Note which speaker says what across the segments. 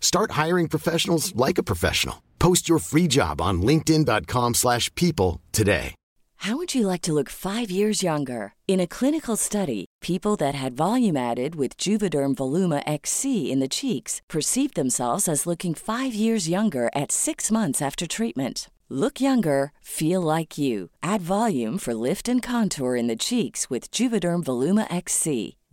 Speaker 1: Start hiring professionals like a professional. Post your free job on linkedin.com/people slash people today.
Speaker 2: How would you like to look five years younger? In a clinical study, people that had volume added with Juvederm Voluma XC in the cheeks perceived themselves as looking five years younger at six months after treatment. Look younger, feel like you. Add volume for lift and contour in the cheeks with Juvederm Voluma XC.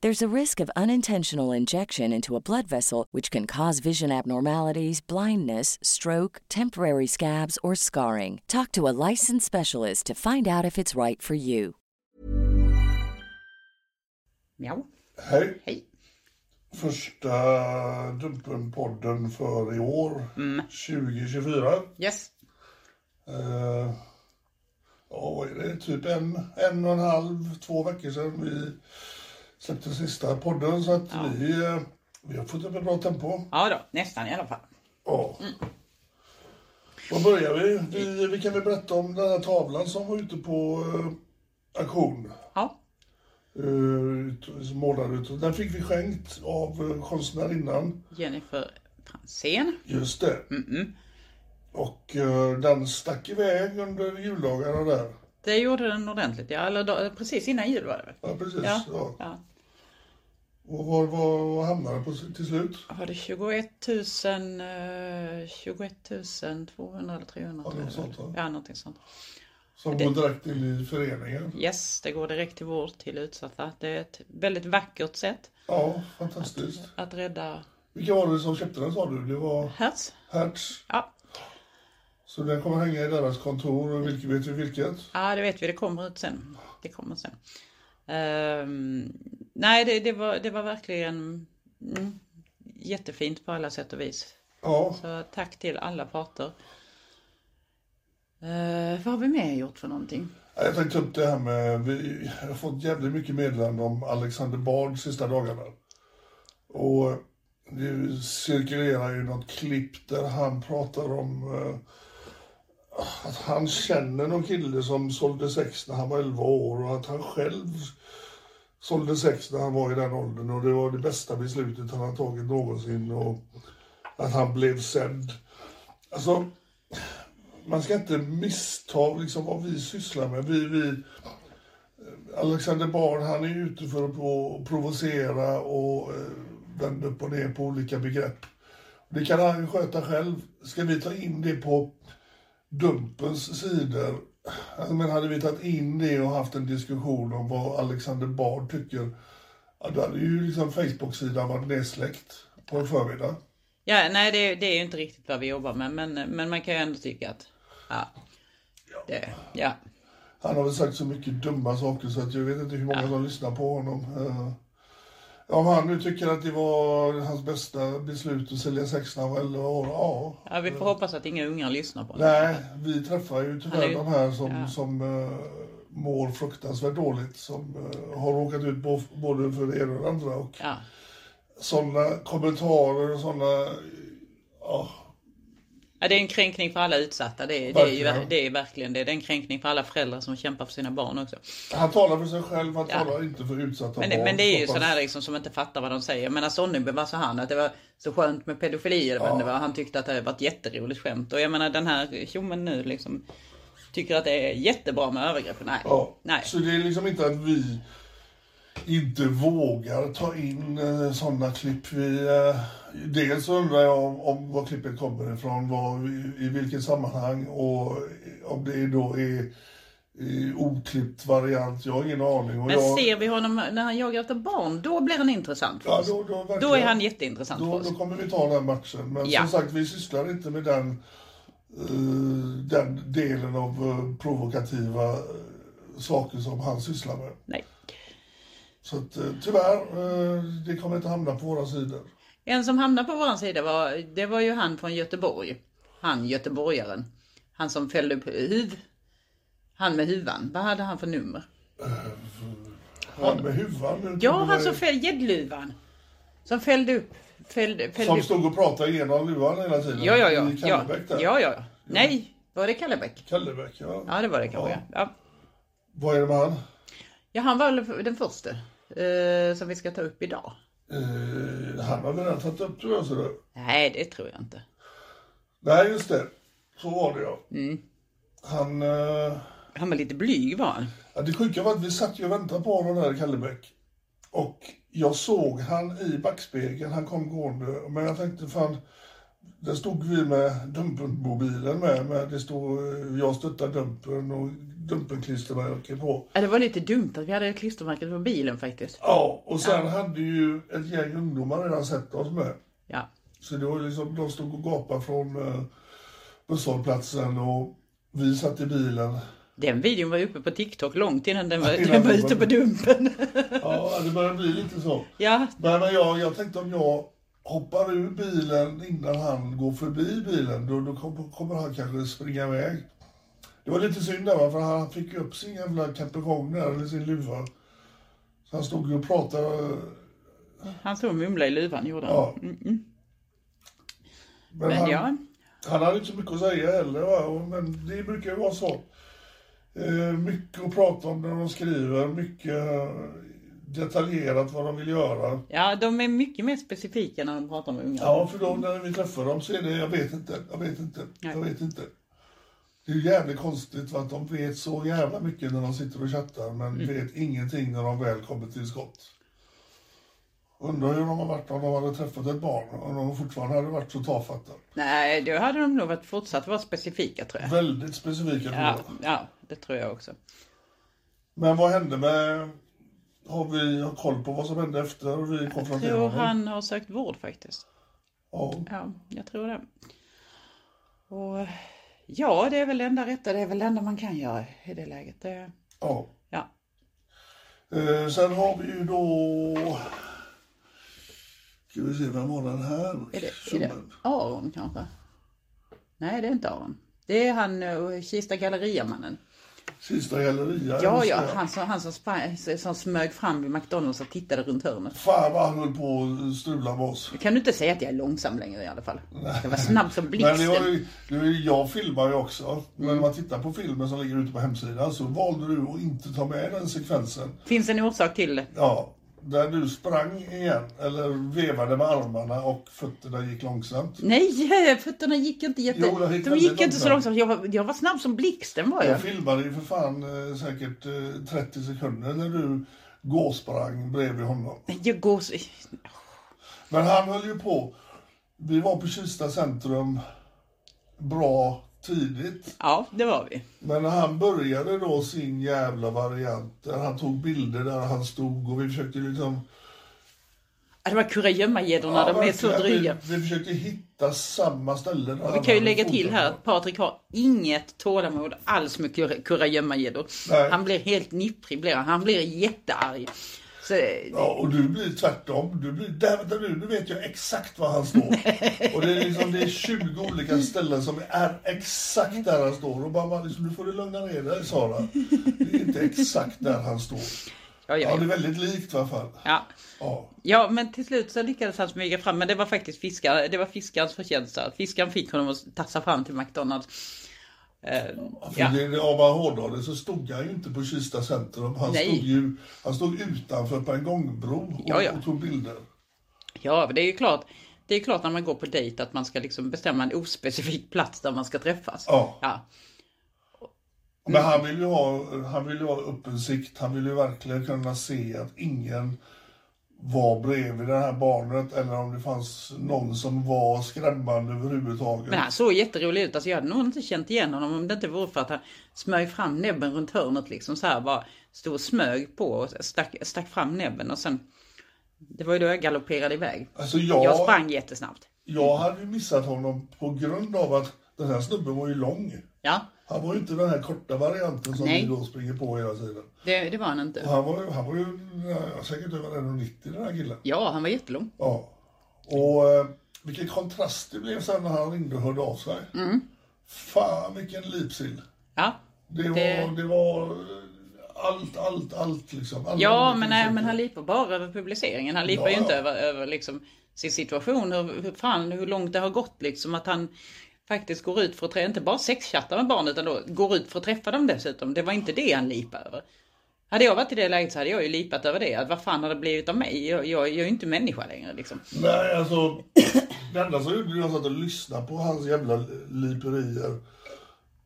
Speaker 2: There's a risk of unintentional injection into a blood vessel, which can cause vision abnormalities, blindness, stroke, temporary scabs, or scarring. Talk to a licensed specialist to find out if it's right for you.
Speaker 3: Mjau.
Speaker 4: Hej.
Speaker 3: Hej.
Speaker 4: Första Dumpen-podden för i år,
Speaker 3: Mm.
Speaker 4: 2024.
Speaker 3: Yes.
Speaker 4: Eh, ja, vad är det? Typ en, en och en halv, två veckor sedan vi släppte sista podden. Så att
Speaker 3: Ja.
Speaker 4: vi, eh, vi har fått upp ett bra tempo.
Speaker 3: Ja då, nästan i alla fall.
Speaker 4: Ja. Var börjar vi? vi? Vi kan väl berätta om den här tavlan som var ute på eh, auktion.
Speaker 3: Ja.
Speaker 4: Uh, målad ut. Den fick vi skänkt av eh, konstnärinnan.
Speaker 3: Jennifer Franzén.
Speaker 4: Just det. Och eh, den stack iväg under juldagarna där.
Speaker 3: Det gjorde den ordentligt, ja. Eller då, precis innan jul var det väl?
Speaker 4: Ja, precis.
Speaker 3: Ja.
Speaker 4: Ja.
Speaker 3: Ja.
Speaker 4: Och var, var, var hamnade den på s- till slut?
Speaker 3: Var det 21 000, eh, 21 200 eller 300?
Speaker 4: Ja,
Speaker 3: tror jag
Speaker 4: något
Speaker 3: det var.
Speaker 4: sånt, va?
Speaker 3: ja, någonting sånt.
Speaker 4: Som
Speaker 3: Det-
Speaker 4: går direkt in i föreningen.
Speaker 3: Yes, det går direkt till vård till utsatta. Det är ett väldigt vackert sätt
Speaker 4: Ja, fantastiskt.
Speaker 3: att rädda
Speaker 4: Vilka var det som köpte den sa du? Det var
Speaker 3: hertz.
Speaker 4: Hertz.
Speaker 3: Ja,
Speaker 4: Så den kommer hänga i deras kontor. Och vilket, vet vi vilket?
Speaker 3: Ja, det vet vi. Det kommer ut sen. Det kommer sen. Ehm, nej, det, det, var, det var verkligen mm, jättefint på alla sätt och vis.
Speaker 4: Ja,
Speaker 3: Så tack till alla parter. Eh, vad har vi mer gjort för någonting?
Speaker 4: jag tänkte upp det här med... Vi jag har fått jävligt mycket meddelanden om Alexander Bard sista dagarna. Och det cirkulerar ju något klipp där han pratar om eh, att han känner någon kille som sålde sex när han var 11 år och att han själv sålde sex när han var i den åldern och det var det bästa beslutet han har tagit någonsin och att han blev sedd. Alltså, man ska inte missta liksom, vad vi sysslar med. Vi, vi, eh, Alexander Bard, han är ute för att pro- provocera och eh, vända upp och ner på olika begrepp. Det kan han ju sköta själv. Ska vi ta in det på Dumpens sidor? Alltså, Men hade vi tagit in det och haft en diskussion om vad Alexander Bard tycker, ja, då hade ju liksom Facebook-sidan varit nedsläckt på en förmiddag.
Speaker 2: Ja, nej det, är- det är ju inte riktigt vad vi jobbar med men, men man kan ju ändå tycka att ja, det, ja.
Speaker 4: Han har väl sagt så mycket dumma saker så att jag vet inte hur många som lyssnar på honom. Eh, ja, Om han nu tycker att det var hans bästa beslut att sälja sex när han var 11 år, ja.
Speaker 2: ja, vi får hoppas att inga ungar lyssnar på det.
Speaker 4: Nej, vi träffar ju
Speaker 2: Han är
Speaker 4: tyvärr
Speaker 2: ju-
Speaker 4: de här som,
Speaker 2: ja.
Speaker 4: som eh, mår fruktansvärt dåligt, som eh, har råkat ut på, både för det ena och det andra. Och
Speaker 2: Ja,
Speaker 4: sådana kommentarer och sådana, ja,
Speaker 2: ja, det är en kränkning för alla utsatta. Det, är- det, är, ju,
Speaker 4: Verkligen.
Speaker 2: det är verkligen det. Det är en kränkning för alla föräldrar som kämpar för sina barn också.
Speaker 4: han talar för sig själv, han
Speaker 2: Ja.
Speaker 4: talar inte för utsatta
Speaker 2: Men,
Speaker 4: barn.
Speaker 2: men det är ju
Speaker 4: så pass.
Speaker 2: sådana här liksom som inte fattar vad de säger. Men Sonneby var så han att det var så skönt med pedofili. eller vad det var. Han tyckte att det var ett jätteroligt skämt. Och jag menar den här tjommen nu liksom tycker att det är jättebra med övergrepp. Nej,
Speaker 4: Ja.
Speaker 2: nej.
Speaker 4: Så det är liksom inte att vi inte vågar ta in eh, sådana klipp. Vi, eh, dels undrar jag om, om var klippet kommer ifrån, var, i, i vilket sammanhang och om det då är i oklippt variant. Jag har ingen aning. Och
Speaker 2: Men
Speaker 4: jag,
Speaker 2: ser vi honom när han jagar efter barn, då blir han intressant för
Speaker 4: ja,
Speaker 2: oss.
Speaker 4: då, då,
Speaker 2: Då är
Speaker 4: verkligen-
Speaker 2: han jätteintressant för
Speaker 4: då,
Speaker 2: oss.
Speaker 4: då kommer vi ta den matchen. Men
Speaker 2: Ja.
Speaker 4: som sagt, vi sysslar inte med den, eh, den delen av eh, provokativa eh, saker som han sysslar med.
Speaker 2: Nej.
Speaker 4: Så att, eh, tyvärr, eh, det kommer inte hamna på våra sidor.
Speaker 2: En som hamnade på vår sida var, det var ju han från Göteborg. Han göteborgaren. Han som fällde upp huv. Han med huvan. Vad hade han för nummer?
Speaker 4: Han med huvan. nu,
Speaker 2: Ja, alltså,
Speaker 4: det var
Speaker 2: han som
Speaker 4: ju-
Speaker 2: fällde gäddluvan. Som fällde upp. Fällde, fällde
Speaker 4: som
Speaker 2: upp.
Speaker 4: stod och pratade genom luvan hela tiden.
Speaker 2: Ja, ja, ja.
Speaker 4: I
Speaker 2: ja.
Speaker 4: Kallebäck
Speaker 2: ja,
Speaker 4: där.
Speaker 2: ja, ja. Nej, var det Kallebäck?
Speaker 4: Kallebäck, ja.
Speaker 2: Ja, det var det kanske. Ja. Ja.
Speaker 4: Vad är det med han?
Speaker 2: ja, han var väl den första eh, som vi ska ta upp idag.
Speaker 4: Eh, han har väl redan tagit upp tror jag. Så det.
Speaker 2: Nej, det tror jag inte.
Speaker 4: Nej, just det. Så var det ja. Han... Eh,
Speaker 2: Mm. Han var lite blyg var han.
Speaker 4: Ja, det sjuka var att vi satt ju och väntade på honom där i Kallebäck. Och jag såg han i backspegeln, han kom gående. Men jag tänkte fan, där stod vi med Dumpen-mobilen med. med det stod eh, jag stöttar Dumpen och Dumpen-klistermärken på.
Speaker 2: Ja, det var lite dumt att vi hade klistermärket på bilen faktiskt.
Speaker 4: Ja, och sen hade ju ett gäng ungdomar redan sett oss med.
Speaker 2: Ja.
Speaker 4: Så det var liksom, de stod och gapade från eh, busshållplatsen och vi satt i bilen.
Speaker 2: Den videon var uppe på TikTok långt innan den var,
Speaker 4: Innan
Speaker 2: den var
Speaker 4: den var-
Speaker 2: ute på Dumpen.
Speaker 4: Ja, det började bli lite så.
Speaker 2: ja,
Speaker 4: Men men jag, jag tänkte om jag hoppar ur bilen innan han går förbi bilen, då, då kom, kommer han kanske springa iväg. Det var lite synd där, va, för han fick ju upp sin jävla kaprikong där, eller sin luva. Så han stod ju och pratade.
Speaker 2: han såg mumla i luvan gjorde han.
Speaker 4: Ja. Men,
Speaker 2: Men
Speaker 4: han,
Speaker 2: ja,
Speaker 4: han hade inte så mycket att säga heller, va? och- men det brukar ju vara så. Eh, mycket att prata om när de skriver, mycket eh, detaljerat vad de vill göra.
Speaker 2: ja, de är mycket mer specifika när de pratar om unga.
Speaker 4: Ja, för då när vi träffar dem så är det, jag vet inte, jag vet inte, jag vet inte. Det är ju jävligt konstigt för att de vet så jävla mycket när de sitter och chattar men vet ingenting när de väl kommer till skott. Undrar hur de har varit om de hade träffat ett barn och de fortfarande hade varit så tafatta.
Speaker 2: Nej, då hade de nog varit fortsatt vara specifika tror jag.
Speaker 4: Väldigt specifika
Speaker 2: Ja,
Speaker 4: frågor.
Speaker 2: ja, det tror jag också.
Speaker 4: Men vad hände med... Har vi koll på vad som hände efter vi
Speaker 2: Jag
Speaker 4: konfronterade
Speaker 2: tror
Speaker 4: honom?
Speaker 2: han har sökt vård faktiskt.
Speaker 4: Ja.
Speaker 2: Ja, jag tror det. Och ja, det är väl det enda rätta, det är väl det enda man kan göra i det läget. Det,
Speaker 4: ja.
Speaker 2: ja.
Speaker 4: Eh, sen har vi ju då... Ska vi se, vem var den här?
Speaker 2: Är det, är det
Speaker 4: Tjommen.
Speaker 2: Aron kanske? Nej, det är inte Aron. Det är han, eh, Kista galleriamannen.
Speaker 4: Sista galleria.
Speaker 2: Ja,
Speaker 4: just
Speaker 2: ja,
Speaker 4: det.
Speaker 2: han som, han som, sprang- som smög fram vid McDonalds och tittade runt hörnet.
Speaker 4: Fan vad han höll på att strula med oss.
Speaker 2: Kan du inte säga att jag är långsam längre i alla fall? Jag ska vara snabb som
Speaker 4: Men det var
Speaker 2: blixten. Mm.
Speaker 4: ju, det var ju, jag filmar ju också. Men när man tittar på filmen som ligger ute på hemsidan så valde du att inte ta med den sekvensen.
Speaker 2: Finns en orsak till det?
Speaker 4: Ja, där du sprang igen, eller vevade med armarna och fötterna gick långsamt.
Speaker 2: Nej, fötterna gick inte jätte...
Speaker 4: Jo, det gick
Speaker 2: de
Speaker 4: väldigt
Speaker 2: gick inte så långsamt.
Speaker 4: långsamt.
Speaker 2: Jag var, jag var snabb som blixten var jag.
Speaker 4: Jag filmade ju för fan eh, säkert eh, 30 sekunder när du gåsprang bredvid honom.
Speaker 2: Nej, Jag går så...
Speaker 4: Men han höll ju på. Vi var på Kista centrum bra tidigt.
Speaker 2: Ja, det var vi.
Speaker 4: Men han började då sin jävla variant där han tog bilder där han stod och vi försökte liksom...
Speaker 2: Ja, det var kurragömmagäddorna,
Speaker 4: Ja,
Speaker 2: de är så
Speaker 4: verkligen,
Speaker 2: dryga.
Speaker 4: Vi, vi försökte hitta samma ställe. där
Speaker 2: Vi
Speaker 4: han
Speaker 2: kan ju
Speaker 4: hade
Speaker 2: lägga till
Speaker 4: fotat
Speaker 2: här
Speaker 4: på.
Speaker 2: att Patrik har inget tålamod alls med kurra- kurragömmagäddor.
Speaker 4: Nej.
Speaker 2: Han blir helt nipprig, blir han. han blir jättearg. Så,
Speaker 4: Ja, och du blir tvärtom. Du blir, där vänta nu, nu vet jag exakt var han står. och det är liksom det är 20 olika ställen som är exakt där han står. Och bara, bara liksom, nu får du lugna ner dig Sara. Det är inte exakt där han står.
Speaker 2: ja,
Speaker 4: Ja,
Speaker 2: ja,
Speaker 4: det är
Speaker 2: ja.
Speaker 4: väldigt likt i alla fall.
Speaker 2: Ja.
Speaker 4: Ja.
Speaker 2: ja, men till slut så lyckades han smyga fram, men det var faktiskt fiskar, det var fiskarens förtjänst. där. Fiskaren fick honom att tassa fram till McDonalds. Eh,
Speaker 4: För
Speaker 2: ja.
Speaker 4: det- Om man hårdrar det så stod han ju inte på Kista centrum. Han,
Speaker 2: Nej.
Speaker 4: stod, ju, han stod utanför på en gångbro och,
Speaker 2: Ja, ja.
Speaker 4: och tog bilder.
Speaker 2: ja, det är ju klart. Det är klart när man går på dejt att man ska liksom bestämma en ospecifik plats där man ska träffas.
Speaker 4: Ja.
Speaker 2: Ja,
Speaker 4: Men han vill ju ha, han vill ju ha öppen sikt. Han vill ju verkligen kunna se att ingen var bredvid det här barnet eller om det fanns någon som var skrämmande överhuvudtaget.
Speaker 2: Men han såg jätterolig ut. Alltså jag hade nog inte känt igen honom om det inte vore för att han smög fram näbben runt hörnet liksom så här bara stod och smög på och stack, stack fram näbben och sen det var ju då jag galopperade iväg.
Speaker 4: Alltså jag,
Speaker 2: Jag
Speaker 4: jag,
Speaker 2: sprang jättesnabbt.
Speaker 4: hade ju missat honom på grund av att den här snubben var ju lång.
Speaker 2: Ja,
Speaker 4: Han var ju inte den här korta varianten som
Speaker 2: Nej.
Speaker 4: vi då springer på hela tiden.
Speaker 2: det, det var han
Speaker 4: Och
Speaker 2: inte.
Speaker 4: han var ju, han var ju ja, säkert över 1,90 den här killen.
Speaker 2: Ja, han var jättelång.
Speaker 4: Ja. Och eh, vilken kontrast det blev sen när han ringde och hörde av sig. Fan vilken lipsill.
Speaker 2: Mm. Ja,
Speaker 4: Det var,
Speaker 2: Det-
Speaker 4: det... var eh, allt, allt, allt liksom. Alla
Speaker 2: ja
Speaker 4: olika
Speaker 2: men, nej, men
Speaker 4: saker.
Speaker 2: han lipar bara över publiceringen. Han lipar
Speaker 4: Ja,
Speaker 2: ju inte
Speaker 4: ja.
Speaker 2: över, över liksom sin situation, hur, hur, fan, hur långt det har gått liksom. Att han faktiskt går ut för att träffa, inte bara sexchattar med barnet utan då går ut för att träffa dem dessutom. Det var inte det han lipade över. Hade jag varit i det läget så hade jag ju lipat över det. Att vad fan har det blivit av mig? Jag, jag, jag är ju inte människa längre liksom.
Speaker 4: Nej, alltså. Det enda som gjorde det var att jag lyssnade på hans jävla liperier.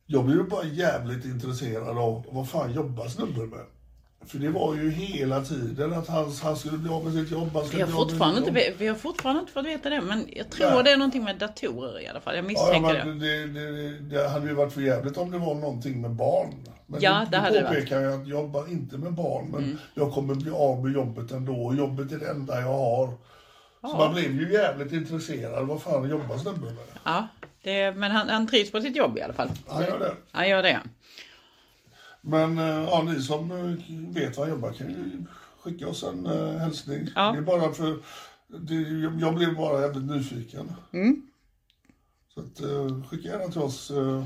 Speaker 4: Jag blev ju bara jävligt intresserad av vad fan jobbar snubben med? För det var ju hela tiden att han, han skulle bli av med sitt jobb. Han
Speaker 2: Vi
Speaker 4: skulle
Speaker 2: har,
Speaker 4: bli av med sitt
Speaker 2: fortfarande inte,
Speaker 4: jobb.
Speaker 2: ve- vi har fortfarande inte fått veta det men jag tror
Speaker 4: Nej.
Speaker 2: det är någonting med datorer i alla fall. Jag
Speaker 4: Ja, ja,
Speaker 2: misstänker det.
Speaker 4: men det, det, det hade ju varit för jävligt om det var någonting med barn. Men
Speaker 2: Ja, det hade det Mm. varit.
Speaker 4: påpekar jag att jag jobbar inte med barn, men jag kommer bli av med jobbet ändå. Och jobbet är det enda jag har. Så man blev ju jävligt intresserad. Vad fan jobbar snubben med?
Speaker 2: Ja, det, men han, han trivs på sitt jobb i alla fall.
Speaker 4: Han gör det.
Speaker 2: Han gör det.
Speaker 4: Men eh, ja, ni som eh, vet vad jag jobbar kan ju skicka oss en eh, hälsning.
Speaker 2: Ja.
Speaker 4: Det är bara för... Det, jag- jag blev bara jävligt nyfiken.
Speaker 2: Mm.
Speaker 4: Så att, eh, skicka gärna till oss. eh,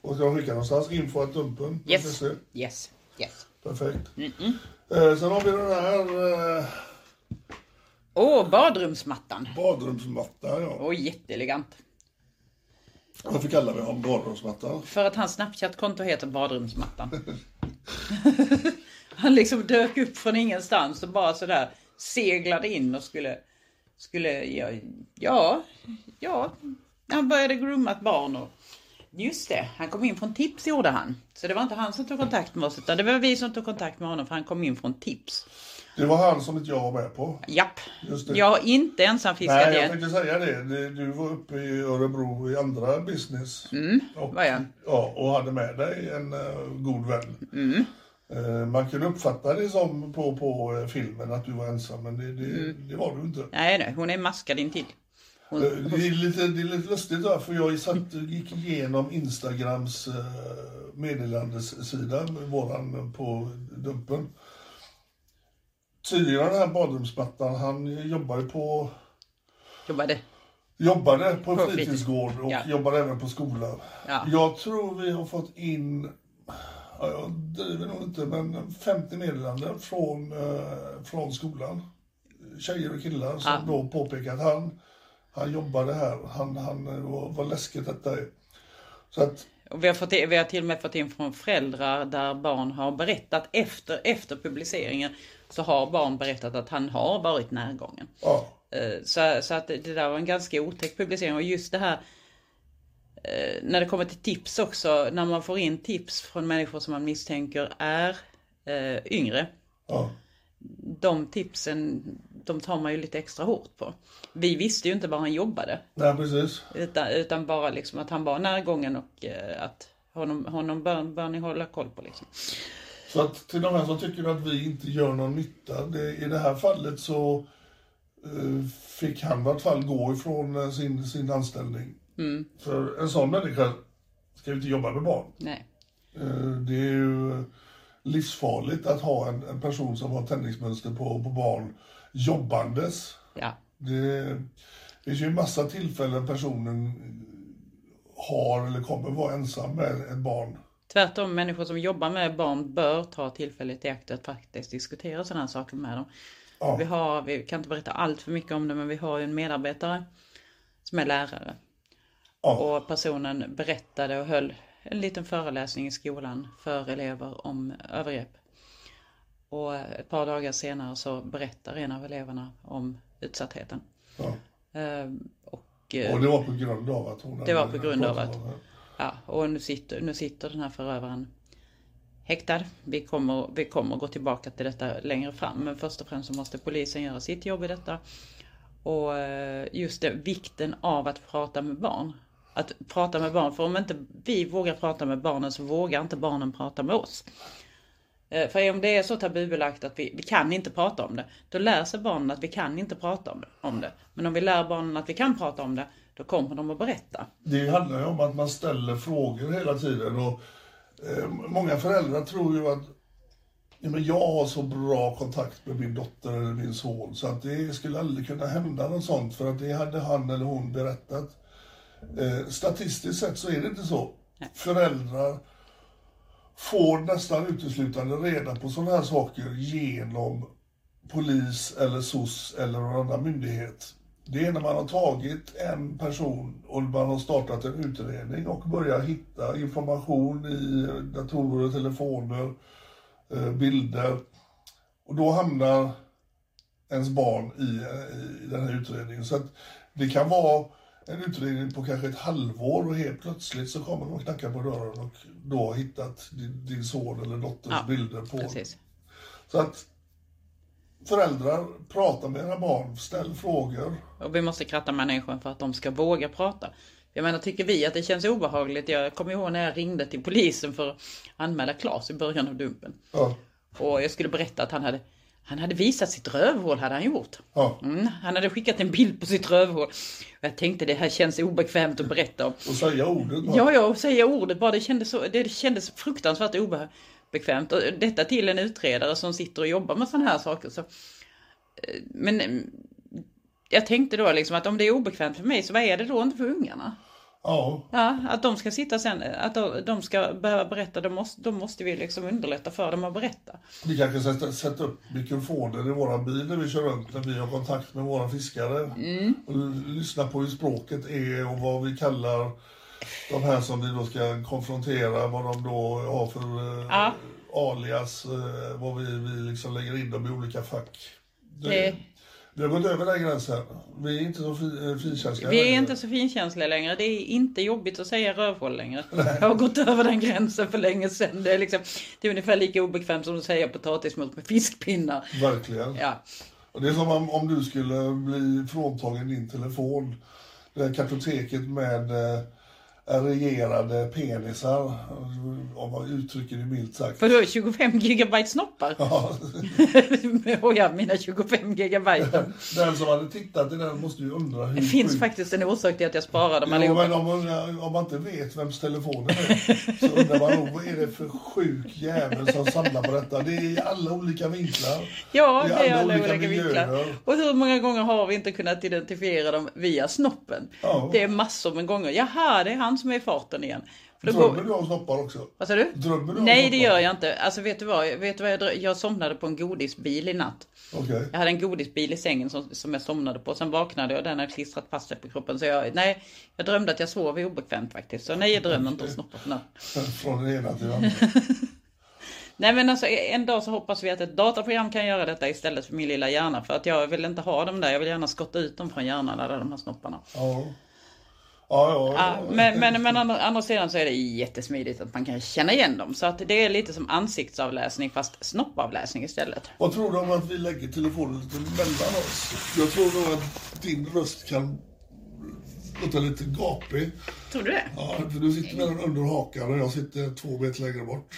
Speaker 4: och jag skickar någonstans. Info att dumpen.
Speaker 2: Yes, yes, yes.
Speaker 4: Perfekt. Eh, sen har vi den här eh,
Speaker 2: Åh, badrumsmattan.
Speaker 4: badrumsmattan. Ja.
Speaker 2: Åh, jätteelegant.
Speaker 4: Varför kallar vi honom badrumsmattan?
Speaker 2: För att hans Snapchat-konto heter badrumsmattan. han liksom dök upp från ingenstans och bara sådär seglade in och skulle, skulle ja, ja, ja. Han började grooma ett barn och just det, han kom in från tips gjorde han. Så det var inte han som tog kontakt med oss utan det var vi som tog kontakt med honom för han kom in från tips.
Speaker 4: Det var han som inte jag var med på.
Speaker 2: Japp,
Speaker 4: Just det.
Speaker 2: jag har inte ensam fiskat
Speaker 4: Nej, jag
Speaker 2: igen.
Speaker 4: tänkte säga det. Du- Du var uppe i Örebro i andra business. och,
Speaker 2: Mm, var jag.
Speaker 4: Ja, och hade med dig en eh, god vän.
Speaker 2: Mm.
Speaker 4: Eh, man kunde uppfatta det som på, på eh, filmen att du var ensam, men det, det,
Speaker 2: Mm.
Speaker 4: det var du inte.
Speaker 2: Nej, nej, hon är maskad intill. Hon,
Speaker 4: Eh, Det är lite, det är lite lustigt där, för jag satt, gick igenom Instagrams eh, meddelandesida, våran på Dumpen. Tidigare den här badrumsmattan, han jobbade på
Speaker 2: jobbade.
Speaker 4: Jobbade på en
Speaker 2: På
Speaker 4: fritidsgård och
Speaker 2: Ja.
Speaker 4: jobbade även på skolan.
Speaker 2: Ja.
Speaker 4: Jag tror vi har fått in, ja, jag driver nog inte, men 50 meddelanden från, eh, från skolan. Tjejer och killar som
Speaker 2: Ja.
Speaker 4: då påpekar att han, han jobbade här, han, han eh, var, vad läskigt detta är. Så att
Speaker 2: Och vi, har fått, vi har till och med fått in från föräldrar där barn har berättat efter, efter publiceringen så har barn berättat att han har varit närgången.
Speaker 4: Ja.
Speaker 2: Eh, Så, så att det det där var en ganska otäck publicering och just det här eh, när det kommer till tips också, när man får in tips från människor som man misstänker är eh, yngre.
Speaker 4: Ja.
Speaker 2: De tipsen, de tar man ju lite extra hårt på. Vi visste ju inte var han jobbade.
Speaker 4: Nej, precis.
Speaker 2: Utan, utan bara liksom att han var närgången och eh, att honom, honom bör, bör ni hålla koll på. Liksom.
Speaker 4: Så att till de här som tycker att vi inte gör någon nytta, det, i det här fallet så eh, fick han i vart fall gå ifrån eh, sin, sin anställning. För en sån människa ska ju inte jobba med barn.
Speaker 2: Nej.
Speaker 4: Eh, Det är ju livsfarligt att ha en, en person som har tändningsmönster på, på barn jobbandes.
Speaker 2: Ja.
Speaker 4: Det finns ju en massa tillfällen personen har eller kommer vara ensam med ett barn.
Speaker 2: Tvärtom, människor som jobbar med barn bör ta tillfället i akt att faktiskt diskutera sådana här saker med dem.
Speaker 4: Ja.
Speaker 2: Vi, har, vi kan inte berätta allt för mycket om det, men vi har ju en medarbetare som är lärare.
Speaker 4: Ja.
Speaker 2: Och personen berättade och höll en liten föreläsning i skolan för elever om övergrepp. Och ett par dagar senare så berättar en av eleverna om utsattheten.
Speaker 4: Ja.
Speaker 2: Eh, Och, eh,
Speaker 4: Och det var på grund av att hon
Speaker 2: Det var
Speaker 4: hade
Speaker 2: på grund av
Speaker 4: pratat
Speaker 2: att-
Speaker 4: om det.
Speaker 2: ja, och nu, sitter, nu sitter den här förövaren häktad. Vi kommer, vi kommer gå tillbaka till detta längre fram, men först och främst så måste polisen göra sitt jobb i detta. Och eh, just det, vikten av att prata med barn. Att prata med barn, för om inte vi vågar prata med barnen så vågar inte barnen prata med oss. Eh, För om det är så tabubelagt att vi, vi kan inte prata om det, då lär sig barnen att vi kan inte prata om det, om det. Men om vi lär barnen att vi kan prata om det, då kommer de att berätta.
Speaker 4: Det handlar ju om att man ställer frågor hela tiden. Och, eh, många föräldrar tror ju att ja, men jag har så bra kontakt med min dotter eller min son så att det skulle aldrig kunna hända något sånt för att det hade han eller hon berättat. Eh, statistiskt sett så är det inte så. Föräldrar får nästan uteslutande reda på sådana här saker genom polis eller SOS eller någon annan myndighet. Det är när man har tagit en person och man har startat en utredning och börjar hitta information i datorer, telefoner, eh, bilder. Och då hamnar ens barn i, i den här utredningen. Så att det kan vara en utredning på kanske ett halvår och helt plötsligt så kommer de och knackar på dörren och då har hittat din, din son eller dotters
Speaker 2: Ja,
Speaker 4: bilder på
Speaker 2: Precis.
Speaker 4: så att föräldrar, prata med era barn, ställ frågor.
Speaker 2: Och vi måste kratta människan för att de ska våga prata. Jag menar, tycker vi att det känns obehagligt? Jag kommer ihåg när jag ringde till polisen för att anmäla Klas i början av dumpen.
Speaker 4: Ja,
Speaker 2: Och jag skulle berätta att han hade, han hade visat sitt rövhål, hade han gjort.
Speaker 4: ja.
Speaker 2: Mm, han hade skickat en bild på sitt rövhål. Och jag tänkte det här känns obekvämt att berätta om.
Speaker 4: Och säga ordet bara.
Speaker 2: Ja, ja, och säga ordet bara. Det kändes, så, det kändes fruktansvärt obekvämt. Och detta till en utredare som sitter och jobbar med sådana här saker. Så, eh, men eh, jag tänkte då liksom att om det är obekvämt för mig, så vad är det då inte för ungarna?
Speaker 4: ja.
Speaker 2: Ja, att de ska sitta sen, att de- de ska behöva berätta, då måste, då måste vi liksom underlätta för dem att berätta.
Speaker 4: Vi kanske sätter, sätter upp mikrofoner i våra bil när vi kör runt, när vi har kontakt med våra fiskare.
Speaker 2: Mm.
Speaker 4: Och l- lyssna på hur språket är och vad vi kallar de här som vi då ska konfrontera, vad de då har för eh,
Speaker 2: Ja.
Speaker 4: alias, eh, vad vi, vi liksom lägger in dem i olika fack.
Speaker 2: Det,
Speaker 4: Vi har gått över den gränsen. Vi är inte så fi- eh, finkänsliga
Speaker 2: vi är
Speaker 4: längre.
Speaker 2: inte så finkänsliga längre. Det är inte jobbigt att säga rövhål längre. Jag har gått över den gränsen för länge sedan. Det är, liksom, det är ungefär lika obekvämt som att säga potatismos med fiskpinnar.
Speaker 4: Verkligen.
Speaker 2: Ja,
Speaker 4: Och det är som om, om du skulle bli fråntagen din telefon. Det här kartoteket med eh, regerade penisar. Om man uttrycker det milt sagt.
Speaker 2: för du har 25 gigabyte snoppar.
Speaker 4: Ja,
Speaker 2: och ja, mina 25 gigabyte.
Speaker 4: den som hade tittat i den måste ju undra hur
Speaker 2: Det finns
Speaker 4: sjukt-
Speaker 2: faktiskt en orsak till att jag sparar dem
Speaker 4: Jo,
Speaker 2: allihopa.
Speaker 4: men om, man, om man inte vet vems telefonen är så undrar man nog vad är det för sjuk jävel som samlar på detta. Det är i alla olika vinklar.
Speaker 2: Ja,
Speaker 4: i
Speaker 2: det
Speaker 4: alla
Speaker 2: är alla
Speaker 4: olika
Speaker 2: olika vinklar.
Speaker 4: miljöer.
Speaker 2: Och hur många gånger har vi inte kunnat identifiera dem via snoppen?
Speaker 4: Ja.
Speaker 2: Det är massor med gånger. Jaha, det är han som är i farten igen. För då
Speaker 4: Drömmer
Speaker 2: går...
Speaker 4: du om snoppar också?
Speaker 2: Vad sa du?
Speaker 4: Drömmer du om
Speaker 2: Nej, det
Speaker 4: snoppar?
Speaker 2: gör jag inte. Alltså vet du vad? Vet du vad jag, drö- jag somnade på en godisbil i natt.
Speaker 4: Okej.
Speaker 2: Jag hade en godisbil i sängen som, som jag somnade på. Sen vaknade jag och den hade klistrat fast sig på kroppen. Så jag, nej, jag drömde att jag sov obekvämt faktiskt. Så nej, jag drömmer inte om snoppar för natt.
Speaker 4: Från det ena till det andra.
Speaker 2: Nej men alltså en dag så hoppas vi att ett dataprogram kan göra detta istället för min lilla hjärna. För att jag vill inte ha dem där. Jag vill gärna skotta ut dem från hjärnan, alla de här snopparna.
Speaker 4: Ja. Ja, ja.
Speaker 2: Ja,
Speaker 4: ja.
Speaker 2: men men, men andra, andra sidan så är det jättesmidigt att man kan känna igen dem. Så att det är lite som ansiktsavläsning fast snoppavläsning istället.
Speaker 4: Vad tror du om att vi lägger telefonen lite mellan oss? Jag tror nog att din röst kan låta lite gapig.
Speaker 2: Tror du det?
Speaker 4: Ja, för du sitter mellan under hakan och jag sitter två meter längre bort.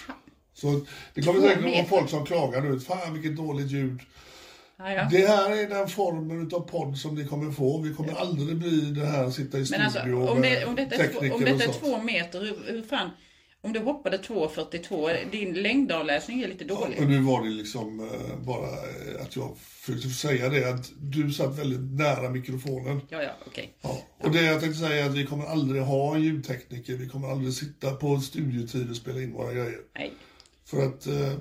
Speaker 4: Så det kommer
Speaker 2: Två
Speaker 4: säkert att vara
Speaker 2: meter.
Speaker 4: folk som klagar nu. Fan vilket dåligt ljud.
Speaker 2: Ja, ja.
Speaker 4: Det här är den formen av podd som ni kommer få. Vi kommer aldrig bli det här sitta i
Speaker 2: Men
Speaker 4: studio
Speaker 2: alltså om, det, om detta är, två, om
Speaker 4: tekniker och
Speaker 2: detta är
Speaker 4: sånt.
Speaker 2: två meter, hur, hur fan? Om du hoppade 2,42, din längdavläsning är lite dålig.
Speaker 4: Och nu var det liksom eh, bara eh, att jag försökte säga det att du satt väldigt nära mikrofonen.
Speaker 2: Ja, ja, okej.
Speaker 4: Ja. Och det jag tänkte säga är att vi kommer aldrig ha en ljudtekniker. Vi kommer aldrig sitta på studiotid och spela in våra grejer.
Speaker 2: Nej.
Speaker 4: För att eh,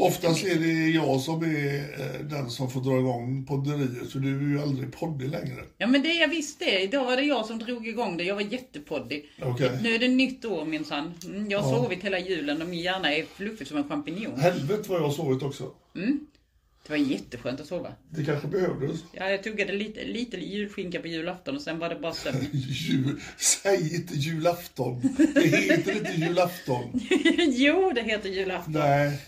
Speaker 4: oftast är det jag som är eh, den som får dra igång podderiet. För du är ju aldrig poddig längre.
Speaker 2: Ja men det jag visste, idag var det jag som drog igång det. Jag var jättepoddig.
Speaker 4: Okej.
Speaker 2: Nu är det nytt år minsann. Mm, Jag har sovit hela julen och min hjärna är fluffig som en champinjon.
Speaker 4: Helvete vad jag har sovit också.
Speaker 2: Det var jätteskönt att sova.
Speaker 4: Det kanske behövdes.
Speaker 2: Ja, jag tuggade lite, lite julskinka på julafton och sen var det bara sömn.
Speaker 4: Jul... Säg inte julafton. Det heter inte julafton.
Speaker 2: jo, det heter julafton.
Speaker 4: Nej,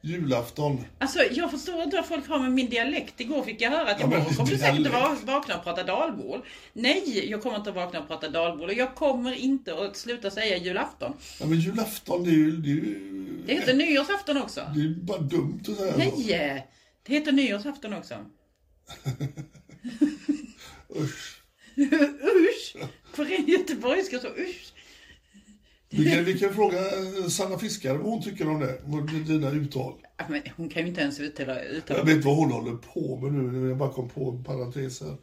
Speaker 4: julafton.
Speaker 2: Alltså, jag förstår inte vad folk har med min dialekt. Igår fick jag höra att
Speaker 4: Ja,
Speaker 2: jag
Speaker 4: men
Speaker 2: kommer du säkert att
Speaker 4: dialekt.
Speaker 2: va- vakna och prata dalmål. Nej, jag kommer inte att vakna och prata dalmål. Och jag kommer inte att sluta säga julafton.
Speaker 4: Ja, men julafton det är ju... Det är, ju...
Speaker 2: Det heter nyårsafton också.
Speaker 4: Det är ju bara dumt att säga så.
Speaker 2: Nej, det heter nyårsafton också.
Speaker 4: Usch.
Speaker 2: usch! På ren göteborgska så usch.
Speaker 4: Vi kan, vi kan fråga eh, Sanna Fiskare vad hon tycker om det. Vad- Dina uttal.
Speaker 2: Ja, Men hon kan ju inte ens uttala...
Speaker 4: Jag
Speaker 2: uttala.
Speaker 4: vet vad hon håller på med nu. Jag bara kom på en parentes här.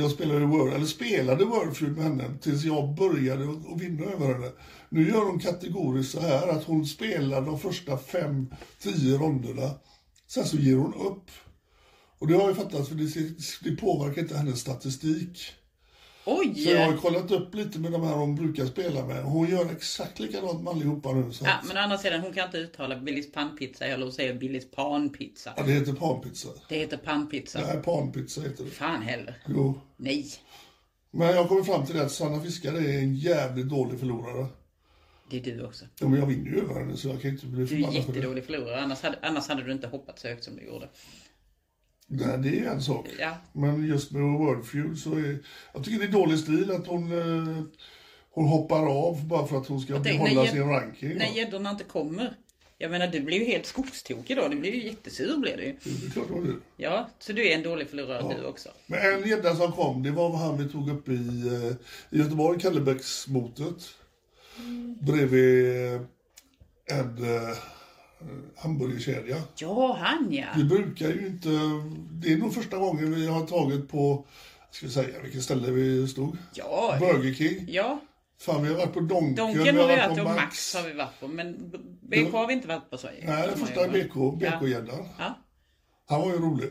Speaker 4: Jag spelade Word, eller spelade Wordfeud med henne tills jag började att- att vinna över henne. Nu gör hon kategoriskt så här att hon spelar de första fem, tio ronderna. Sen så ger hon upp. Och det har jag fattat för det, ser- det påverkar inte hennes statistik.
Speaker 2: Oj!
Speaker 4: Så jag har kollat upp lite med de här hon brukar spela med. Hon gör exakt likadant med allihopa nu. Så
Speaker 2: Ja,
Speaker 4: att,
Speaker 2: men å andra sidan, hon kan inte uttala Billys pannpizza, eller hon säger Billys panpizza.
Speaker 4: ja, det heter panpizza.
Speaker 2: Det heter pannpizza.
Speaker 4: Nej, panpizza heter det.
Speaker 2: Fan heller.
Speaker 4: Jo.
Speaker 2: Nej.
Speaker 4: Men jag kommer fram till det att Sanna Fiskare är en jävligt dålig förlorare.
Speaker 2: Det är du också.
Speaker 4: Ja, men jag vinner ju över henne så jag kan inte bli
Speaker 2: Du är
Speaker 4: förbannad för det.
Speaker 2: jättedålig förlorare, annars hade, annars hade du inte hoppat så högt som du gjorde.
Speaker 4: Nej, det är ju en sak.
Speaker 2: Ja.
Speaker 4: Men just med Wordfeud så är... Jag tycker det är dålig stil att hon, eh, hon hoppar av bara för att hon ska
Speaker 2: tänk,
Speaker 4: behålla
Speaker 2: när
Speaker 4: sin
Speaker 2: jag-
Speaker 4: ranking.
Speaker 2: När gäddorna inte kommer. Jag menar, du blir ju helt skogstokig då. Du blir ju jättesur blir du ju.
Speaker 4: Det är klart hon är.
Speaker 2: Ja, så du är en dålig förlorare du också.
Speaker 4: Men en gädda som kom, det var han vi tog upp i, eh, i Göteborg, Kallebäcksmotet.
Speaker 2: Mm.
Speaker 4: Bredvid eh, en eh, hamburgerkedja.
Speaker 2: Ja, han ja.
Speaker 4: Vi brukar ju inte... Det är nog första gången vi har tagit på, ska vi säga, vilket ställe vi stod?
Speaker 2: Ja,
Speaker 4: Burger King.
Speaker 2: ja.
Speaker 4: Fan, vi har varit på Donken,
Speaker 2: Donken har vi
Speaker 4: varit
Speaker 2: varit
Speaker 4: på
Speaker 2: på, Max har vi varit på, men BK har vi inte varit på så.
Speaker 4: Nej, det första är BK, BK-gäddan.
Speaker 2: Ja.
Speaker 4: Han var ju rolig.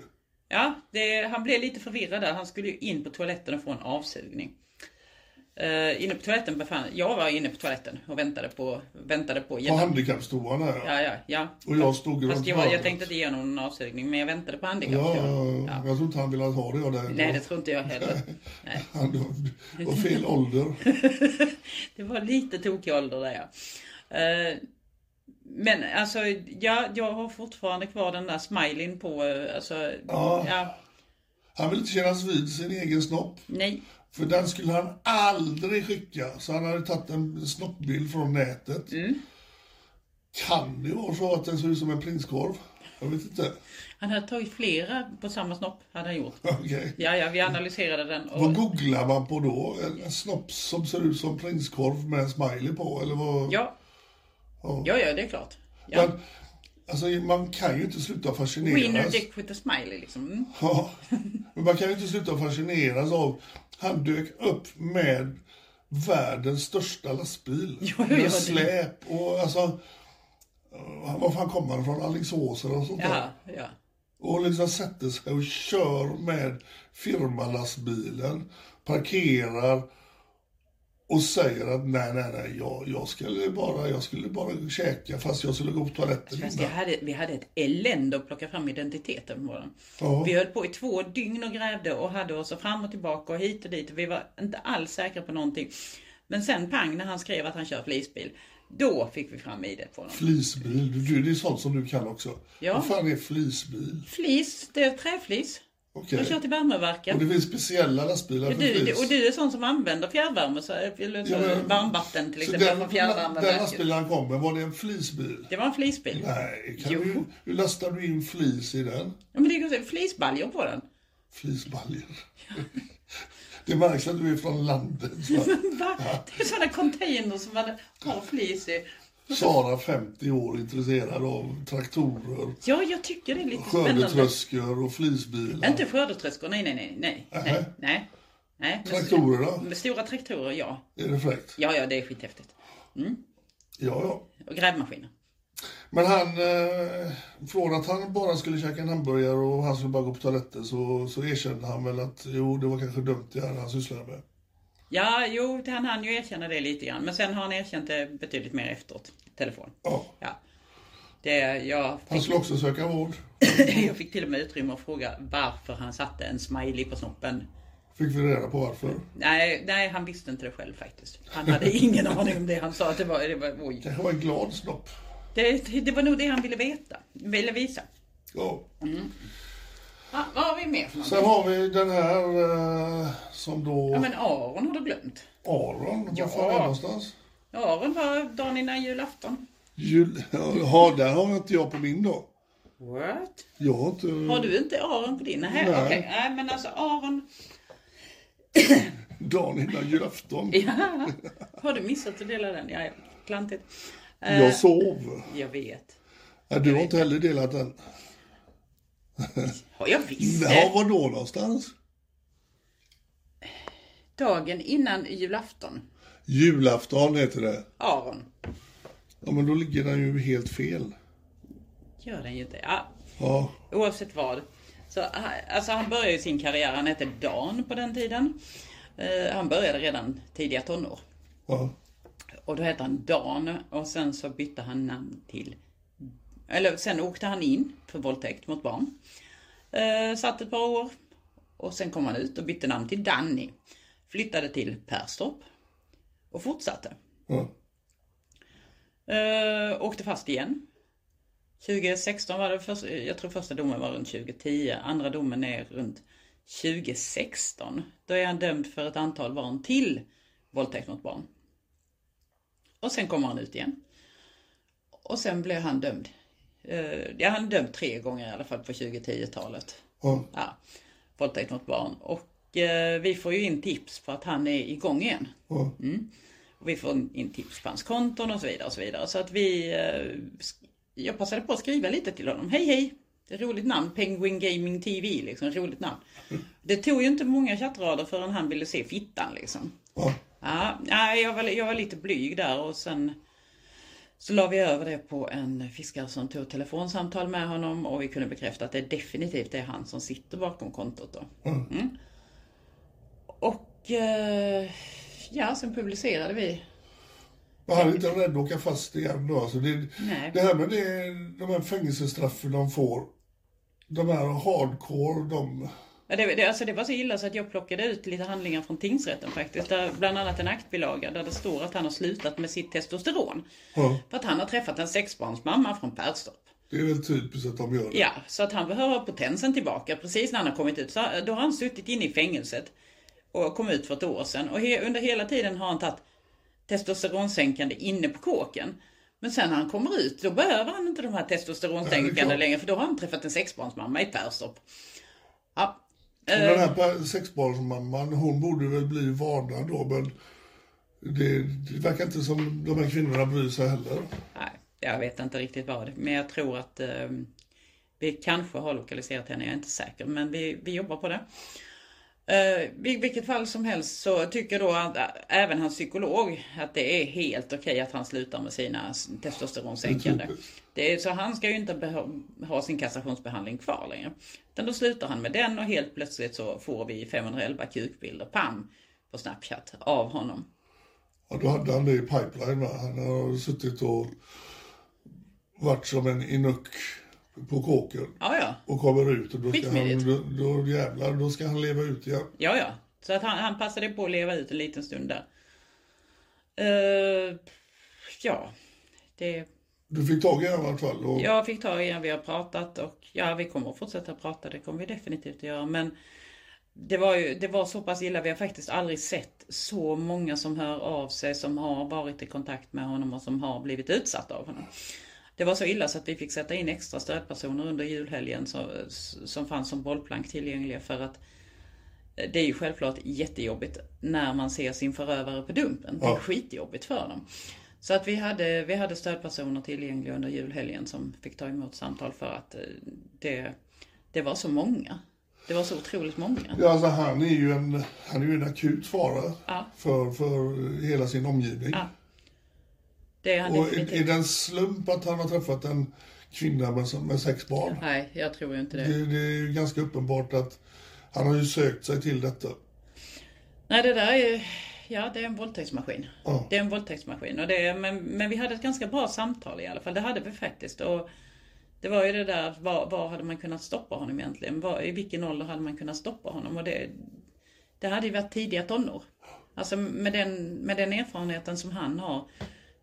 Speaker 2: Ja, det, han blev lite förvirrad där. Han skulle ju in på toaletten och få en avsugning. Eh, inne på toaletten befann jag var inne på toaletten och väntade på, väntade på
Speaker 4: På
Speaker 2: gäddan.
Speaker 4: handikappstoan här.
Speaker 2: Ja, ja, ja.
Speaker 4: Och jag stod runt
Speaker 2: Fast jag, jag
Speaker 4: hörnet.
Speaker 2: tänkte inte ge någon avsugning, men jag väntade på
Speaker 4: Ja,
Speaker 2: handikappstolen.
Speaker 4: jag tror inte han ville ha det. Jag där.
Speaker 2: Nej, det tror inte jag heller. Nej.
Speaker 4: Han var fel ålder.
Speaker 2: Det var lite tokig ålder där ja. Eh, Men alltså, ja, jag har fortfarande kvar den där smileyn på, eh, alltså, ja.
Speaker 4: Han ville inte kännas vid sin egen snopp.
Speaker 2: nej,
Speaker 4: För den skulle han aldrig skicka. Så han hade tagit en snoppbild från nätet.
Speaker 2: Mm.
Speaker 4: Kan det vara så att den ser ut som en prinskorv? Jag vet inte.
Speaker 2: han hade tagit flera på samma snopp, hade han gjort.
Speaker 4: Okej.
Speaker 2: Ja, ja, vi analyserade den och
Speaker 4: Vad googlar man på då? En, en snopp som ser ut som prinskorv med en smiley på? Eller vad?
Speaker 2: ja,
Speaker 4: Ja.
Speaker 2: ja, ja, det är klart. Ja.
Speaker 4: Men, alltså, man kan ju inte sluta
Speaker 2: Winner
Speaker 4: fascineras.
Speaker 2: dick with a smiley liksom. Mm.
Speaker 4: Ja, men man kan ju inte sluta fascineras av han dök upp med världens största lastbil.
Speaker 2: Jo, jo,
Speaker 4: med
Speaker 2: jo, det-
Speaker 4: släp och alltså... eh, Var fan kommer han ifrån? Alingsås eller något sånt där.
Speaker 2: Ja, ja.
Speaker 4: Och liksom sätter sig och kör med firmalastbilen, parkerar och säger att nej, nej, nej, jag, jag, skulle, bara, jag skulle bara käka fast jag skulle gå på toaletten
Speaker 2: Fast jag
Speaker 4: innan.
Speaker 2: hade, vi hade ett elände att plocka fram identiteten på den.
Speaker 4: Ja.
Speaker 2: Vi höll på i två dygn och grävde och hade oss fram och tillbaka och hit och dit. Vi var inte alls säkra på någonting. Men sen pang när han skrev att han kör flisbil. Då fick vi fram ID på honom.
Speaker 4: Flisbil, du- du, det är sånt som du kan också.
Speaker 2: Ja.
Speaker 4: Vad fan är flisbil?
Speaker 2: Flis, det är träflis.
Speaker 4: Okej.
Speaker 2: Jag kör till
Speaker 4: Och det
Speaker 2: värmeverken.
Speaker 4: finns speciella lastbilar
Speaker 2: Och
Speaker 4: för
Speaker 2: du,
Speaker 4: flis.
Speaker 2: och du är sån som använder fjärrvärme, så, eller så,
Speaker 4: Ja, men-
Speaker 2: varmvatten till
Speaker 4: Så
Speaker 2: exempel
Speaker 4: den,
Speaker 2: från
Speaker 4: den
Speaker 2: fjärrvärmeverket.
Speaker 4: lastbilen han kom med, var det en flisbil?
Speaker 2: Det var en flisbil.
Speaker 4: Nej, kan
Speaker 2: Jo.
Speaker 4: du, hur lastar du in flis i den?
Speaker 2: Ja, men det är ju flisbaljor på den.
Speaker 4: Flisbaljor. Det märks att du är från landet. va?
Speaker 2: Va? Det är sådana containers som man har flis i.
Speaker 4: Sara 50 år intresserad av traktorer,
Speaker 2: Ja, jag tycker det är lite spännande.
Speaker 4: skördetröskor och flisbilar.
Speaker 2: Inte skördetröskor, nej, nej, nej, nej, nej, nej. nej. Men-
Speaker 4: Traktorer då?
Speaker 2: Med stora traktorer, ja.
Speaker 4: Är det fräckt?
Speaker 2: Ja, ja, det är skithäftigt.
Speaker 4: Ja, ja.
Speaker 2: Och grävmaskiner.
Speaker 4: Men han, eh, från att han bara skulle käka en hamburgare och han skulle bara gå på toaletten så, så erkände han väl att jo, det var kanske dumt det här han sysslade med.
Speaker 2: Ja, jo, han hann ju erkänna det lite grann. Men sen har han erkänt det betydligt mer efteråt. Telefon.
Speaker 4: Ja.
Speaker 2: Ja. Det, jag,
Speaker 4: Han
Speaker 2: fick,
Speaker 4: skulle också söka vård.
Speaker 2: jag fick till och med utrymme att fråga varför han satte en smiley på snoppen.
Speaker 4: Fick vi reda på varför.
Speaker 2: Nej, nej, han visste inte det själv faktiskt. Han hade ingen aning om det han sa. att Det var, det var, oj.
Speaker 4: Kanske var en glad snopp.
Speaker 2: Det, det var nog det han ville veta, ville visa.
Speaker 4: Ja.
Speaker 2: Mm. Va, vad har vi mer för någonting?
Speaker 4: Sen har vi den här eh, som då
Speaker 2: Ja men Aron har du glömt.
Speaker 4: Aron, var
Speaker 2: Ja.
Speaker 4: fan är han någonstans?
Speaker 2: Aron var dagen innan julafton.
Speaker 4: Jul... Ja, där har jag inte jag på min då.
Speaker 2: What?
Speaker 4: Jag har inte...
Speaker 2: Har du inte Aron på din? Nej,
Speaker 4: Nej.
Speaker 2: okej. Nej men alltså Aron.
Speaker 4: Dagen innan julafton.
Speaker 2: Ja. Har du missat att dela den? Ja, ja. klantigt. Eh,
Speaker 4: Jag sov.
Speaker 2: Jag vet.
Speaker 4: Nej, du har inte heller delat den.
Speaker 2: Har jag visst
Speaker 4: Ja,
Speaker 2: det?
Speaker 4: var då någonstans?
Speaker 2: Dagen innan julafton.
Speaker 4: Julafton heter det.
Speaker 2: Aron.
Speaker 4: Ja, men då ligger den ju helt fel.
Speaker 2: Gör den ju inte. Ja,
Speaker 4: Ja,
Speaker 2: Oavsett vad. Så, alltså han började ju sin karriär, han hette Dan på den tiden. Eh, Han började redan tidiga tonår.
Speaker 4: ja.
Speaker 2: Och då hette han Dan och sen så bytte han namn till... Eller sen åkte han in för våldtäkt mot barn. Eh, satt ett par år. Och sen kom han ut och bytte namn till Danny. Flyttade till Perstorp. Och fortsatte.
Speaker 4: ja.
Speaker 2: Eh, åkte fast igen. 2016 var det första, jag tror första domen var runt 2010, andra domen är runt 2016. Då är han dömd för ett antal barn till våldtäkt mot barn. Och sen kommer han ut igen. Och sen blev han dömd. Eh, ja, han är dömd tre gånger i alla fall på 2010-talet.
Speaker 4: ja.
Speaker 2: Ja, våldtäkt mot barn. Och eh, vi får ju in tips på att han är igång igen.
Speaker 4: ja.
Speaker 2: Och vi får in tips på hans konton och så vidare. Och så vidare. Så att vi, eh, sk- jag passade på att skriva lite till honom. Hej hej! Det är ett roligt namn, Penguin Gaming TV, liksom, ett roligt namn. Det tog ju inte många chattrader förrän han ville se fittan liksom.
Speaker 4: ja.
Speaker 2: Ja, nej, jag, var, jag var lite blyg där och sen så la vi över det på en fiskare som tog telefonsamtal med honom och vi kunde bekräfta att det definitivt är han som sitter bakom kontot då. Mm. Och eh, ja, sen publicerade vi
Speaker 4: Men han är inte rädd att åka fast igen då. Alltså det,
Speaker 2: Nej.
Speaker 4: det här med det, de här fängelsestraffen de får. De här hardcore, de...
Speaker 2: Ja, det, det, alltså det var så illa så att jag plockade ut lite handlingar från tingsrätten faktiskt. Där bland annat en aktbilaga där det står att han har slutat med sitt testosteron.
Speaker 4: Ja,
Speaker 2: För att han har träffat en sexbarnsmamma från Perstorp.
Speaker 4: det är väl typiskt att de gör det.
Speaker 2: Ja, så att han behöver potensen tillbaka precis när han har kommit ut. Så eh, då har han suttit inne i fängelset och kom ut för ett år sedan. Och he, under hela tiden har han tagit testosteronsänkande inne på kåken. Men sen när han kommer ut, då behöver han inte de här
Speaker 4: Nej, det är
Speaker 2: testosteronsänkande
Speaker 4: klart.
Speaker 2: längre. För då har han träffat en sexbarnsmamma i Perstorp. Ja.
Speaker 4: Och
Speaker 2: eh,
Speaker 4: Den här pa- sexbarnsmamman, hon borde väl bli varnad då, men det, det verkar inte som de här kvinnorna bryr sig heller.
Speaker 2: Nej, jag vet inte riktigt vad. Men jag tror att eh, vi kanske har lokaliserat henne, jag är inte säker. Men vi, vi jobbar på det. Eh, vil- vilket fall som helst så tycker då att, ä- även hans psykolog att det är helt okej att han slutar med sina s- testosteronsänkande. Det är, så han ska ju inte beha- ha sin kastrationsbehandling kvar längre. Utan då slutar han med den och helt plötsligt så får vi 511 kukbilder, pam, på Snapchat av honom.
Speaker 4: Ja, då hade han det i pipeline. Va? Han har suttit och varit som en inuck på kåken
Speaker 2: Ja, ja,
Speaker 4: och kommer ut och då ska, han,
Speaker 2: Skitmidigt.
Speaker 4: då, då jävlar, då ska han leva ut igen.
Speaker 2: ja, ja. Så att han, han passade på att leva ut en liten stund där. Eh, ja, det
Speaker 4: Du fick tag i honom i alla fall. Och,
Speaker 2: Jag fick tag i en, vi har pratat och ja, vi kommer att fortsätta prata, det kommer vi definitivt att göra. Men det var, ju, det var så pass illa, vi har faktiskt aldrig sett så många som hör av sig, som har varit i kontakt med honom och som har blivit utsatta av honom. Det var så illa så att vi fick sätta in extra stödpersoner under julhelgen som, som fanns som bollplank tillgängliga för att eh, det är ju självklart jättejobbigt när man ser sin förövare på dumpen. Det är
Speaker 4: Ja.
Speaker 2: skitjobbigt för dem. Så att vi hade, vi hade stödpersoner tillgängliga under julhelgen som fick ta emot samtal för att eh, det, det var så många. Det var så otroligt många.
Speaker 4: Ja, alltså, han, är ju en, han är ju en akut fara
Speaker 2: Ja.
Speaker 4: för, för hela sin omgivning.
Speaker 2: Ja, Det är han
Speaker 4: och är, är
Speaker 2: definitivt.
Speaker 4: det en slump att han har träffat en kvinna med, med sex barn?
Speaker 2: Nej, jag tror ju inte det.
Speaker 4: Det, det är ju ganska uppenbart att han har ju sökt sig till detta.
Speaker 2: Nej, det där är Ja, det är en våldtäktsmaskin.
Speaker 4: Ja.
Speaker 2: Det är en våldtäktsmaskin. Och det är, men, men vi hade ett ganska bra samtal i alla fall. Det hade vi faktiskt. Och det var ju det där, var, var hade man kunnat stoppa honom egentligen? Var, I vilken ålder hade man kunnat stoppa honom? Och det, det hade ju varit tidiga tonår. Alltså med den, med den erfarenheten som han har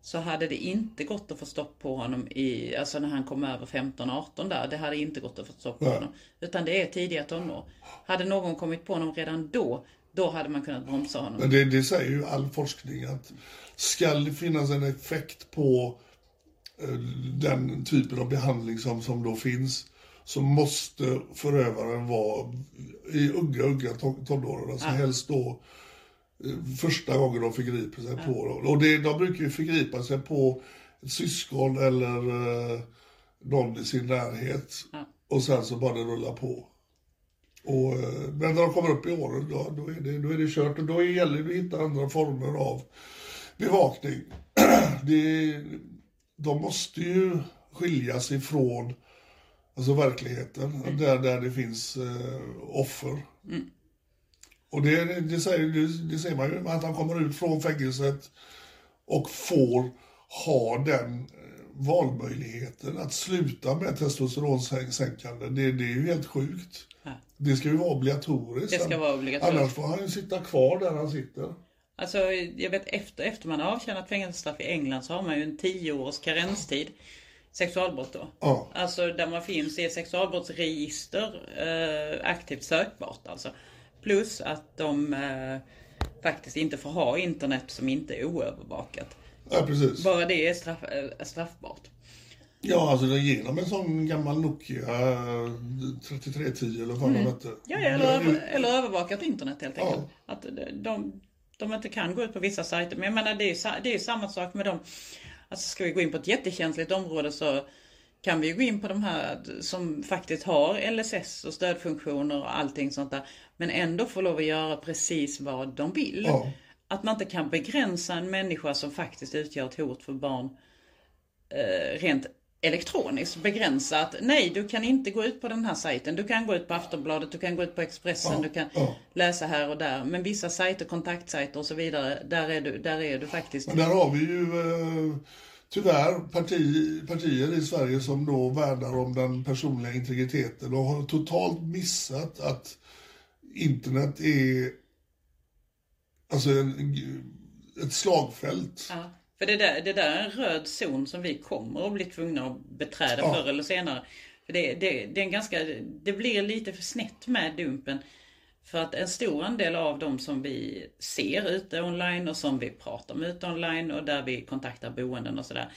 Speaker 2: så hade det inte gått att få stopp på honom i, alltså när han kom över 15-18 där. Det hade inte gått att få stopp på
Speaker 4: Nej.
Speaker 2: honom. Utan det är tidiga tonår. Hade någon kommit på honom redan då, då hade man kunnat bromsa honom.
Speaker 4: Men det, det säger ju all forskning att ska det finnas en effekt på eh, den typen av behandling som, som då finns så måste förövaren vara i unga, unga ton- tonåren. Alltså helst då eh, första gången de förgriper sig på dem. Och det, de brukar ju förgripa sig på ett syskon eller eh, någon i sin närhet. Och sen så bara det rullar på. Och, eh, men när de kommer upp i åren, då, då, är, det, då är det kört. Och då gäller det att hitta andra former av bevakning. det, de måste ju skiljas ifrån alltså verkligheten,
Speaker 2: Mm.
Speaker 4: där, där det finns eh, offer. Och det, det, säger, det, det ser man ju, att han kommer ut från fängelset och får ha den eh, valmöjligheten att sluta med testosteronsänkande. Det, det är ju helt sjukt. Det ska ju vara obligatoriskt.
Speaker 2: Det ska vara obligatoriskt.
Speaker 4: Annars får han ju sitta kvar där han sitter.
Speaker 2: Alltså, jag vet efter, efter man har avtjänat fängelsestraff i England så har man ju en 10 års karenstid. Sexualbrott då.
Speaker 4: Ja.
Speaker 2: Alltså där man finns i sexualbrottsregister eh, aktivt sökbart alltså. Plus att de eh, faktiskt inte får ha internet som inte är oövervakat.
Speaker 4: Ja, precis.
Speaker 2: Bara det är straff, eh, straffbart.
Speaker 4: Ja, alltså det genom en sån gammal Nokia eh, 3310 eller vad fan den hette.
Speaker 2: Mm. Ja, ja, eller, över, eller övervakat internet helt
Speaker 4: Ja.
Speaker 2: enkelt. Att de- de, de inte kan gå ut på vissa sajter. Men jag menar, det är ju, sa- det är ju samma sak med dem. Alltså ska vi gå in på ett jättekänsligt område så kan vi ju gå in på de här som faktiskt har LSS och stödfunktioner och allting sånt där. Men ändå får lov att göra precis vad de vill.
Speaker 4: Ja.
Speaker 2: Att man inte kan begränsa en människa som faktiskt utgör ett hot för barn eh, rent elektroniskt begränsa att nej, du kan inte gå ut på den här sajten. Du kan gå ut på Aftonbladet, du kan gå ut på Expressen, du kan
Speaker 4: ja.
Speaker 2: läsa här och där. Men vissa sajter, kontaktsajter och så vidare, där är du, där är du faktiskt.
Speaker 4: Men där har vi ju eh, tyvärr parti, partier i Sverige som då värnar om den personliga integriteten och har totalt missat att internet är alltså en, ett slagfält.
Speaker 2: Ja. För det där, det där är en röd zon som vi kommer att bli tvungna att beträda
Speaker 4: Ja.
Speaker 2: förr eller senare. För det, det, det, är en ganska, det blir lite för snett med Dumpen. För att en stor andel av de som vi ser ute online och som vi pratar med ute online och där vi kontaktar boenden och sådär.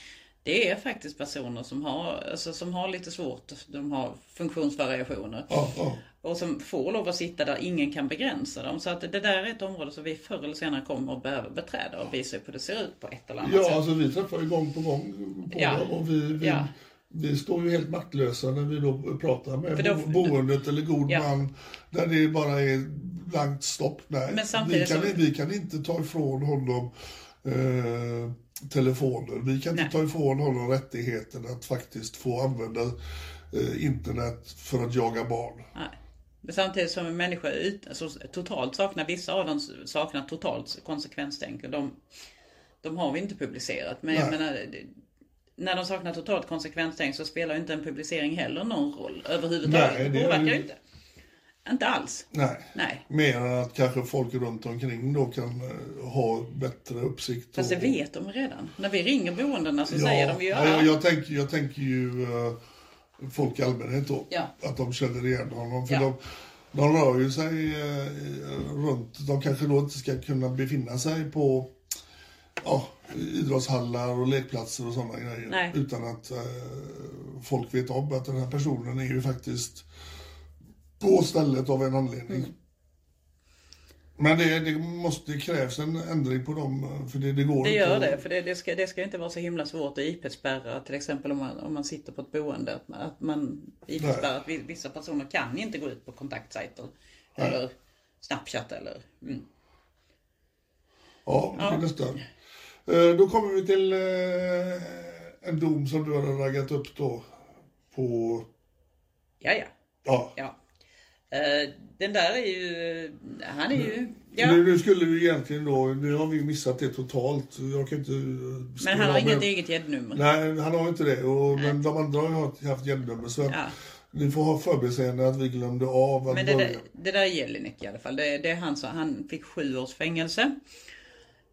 Speaker 2: Det är faktiskt personer som har, alltså, som har lite svårt, de har funktionsvariationer.
Speaker 4: Ja, ja.
Speaker 2: Och som får lov att sitta där ingen kan begränsa dem. Så att det där är ett område som vi förr eller senare kommer att behöva beträda och visa hur det ser ut på ett eller annat
Speaker 4: Ja,
Speaker 2: sätt.
Speaker 4: alltså vi träffar ju gång på gång på
Speaker 2: Ja.
Speaker 4: dem och vi, vi,
Speaker 2: Ja.
Speaker 4: vi står ju helt maktlösa när vi då pratar med
Speaker 2: För då-
Speaker 4: bo, boendet eller god
Speaker 2: Ja.
Speaker 4: man där det bara är blankt stopp. Nej,
Speaker 2: Men
Speaker 4: vi,
Speaker 2: samtidigt
Speaker 4: kan,
Speaker 2: så-
Speaker 4: vi kan inte ta ifrån honom eh, telefoner. Vi kan inte
Speaker 2: Nej.
Speaker 4: ta ifrån honom rättigheten att faktiskt få använda eh, internet för att jaga barn.
Speaker 2: Nej. Men samtidigt som en människa ut, alltså, totalt saknar, vissa av dem saknar totalt konsekvenstänk. Och de, de har vi inte publicerat. Men jag
Speaker 4: Nej.
Speaker 2: menar, det- när de saknar totalt konsekvenstänk så spelar ju inte en publicering heller någon roll överhuvudtaget.
Speaker 4: Nej, det
Speaker 2: det
Speaker 4: är-
Speaker 2: påverkar ju inte. Inte alls.
Speaker 4: Nej.
Speaker 2: Nej.
Speaker 4: Mer än att kanske folk runt omkring då kan eh, ha bättre uppsikt.
Speaker 2: Fast det
Speaker 4: och-
Speaker 2: vet de redan. När vi ringer boendena så
Speaker 4: Ja,
Speaker 2: säger de ju
Speaker 4: ja, jag, jag, tänker, jag tänker ju eh, folk i allmänhet då.
Speaker 2: Ja.
Speaker 4: Att de känner igen honom. För
Speaker 2: Ja.
Speaker 4: de, de rör ju sig eh, runt. De kanske då inte ska kunna befinna sig på ja, idrottshallar och lekplatser och sådana grejer.
Speaker 2: Nej.
Speaker 4: Utan att eh, folk vet om att den här personen är ju faktiskt på stället av en anledning.
Speaker 2: Mm.
Speaker 4: Men det, det måste det krävs en ändring på dem, för det, det går
Speaker 2: Det
Speaker 4: inte.
Speaker 2: gör
Speaker 4: att-
Speaker 2: det, för det, det, ska, det ska inte vara så himla svårt att IP-spärra till exempel om man, om man sitter på ett boende. Att man, att man IP-spärrar att vi- vissa personer kan inte gå ut på kontaktsajter eller Snapchat eller... Mm.
Speaker 4: Ja, det
Speaker 2: Ja.
Speaker 4: blir nästan. Eh, Då kommer vi till eh, en dom som du hade raggat upp då. På,
Speaker 2: Ja, ja.
Speaker 4: ja.
Speaker 2: ja. Eh, den där är ju... Han är ju...
Speaker 4: Mm. Nu,
Speaker 2: Ja.
Speaker 4: nu skulle vi egentligen då, nu har vi missat det totalt. Jag kan inte... eh,
Speaker 2: Men han har inget eget gäddnummer.
Speaker 4: Nej, han har inte det. Och, men de andra har ju haft- haft gäddnummer. Så att
Speaker 2: Ja.
Speaker 4: ni får ha förbiseende att vi glömde av att
Speaker 2: Men det,
Speaker 4: börja.
Speaker 2: där, det där är Jelinek i alla fall. Det, det är han, som, han fick sju års fängelse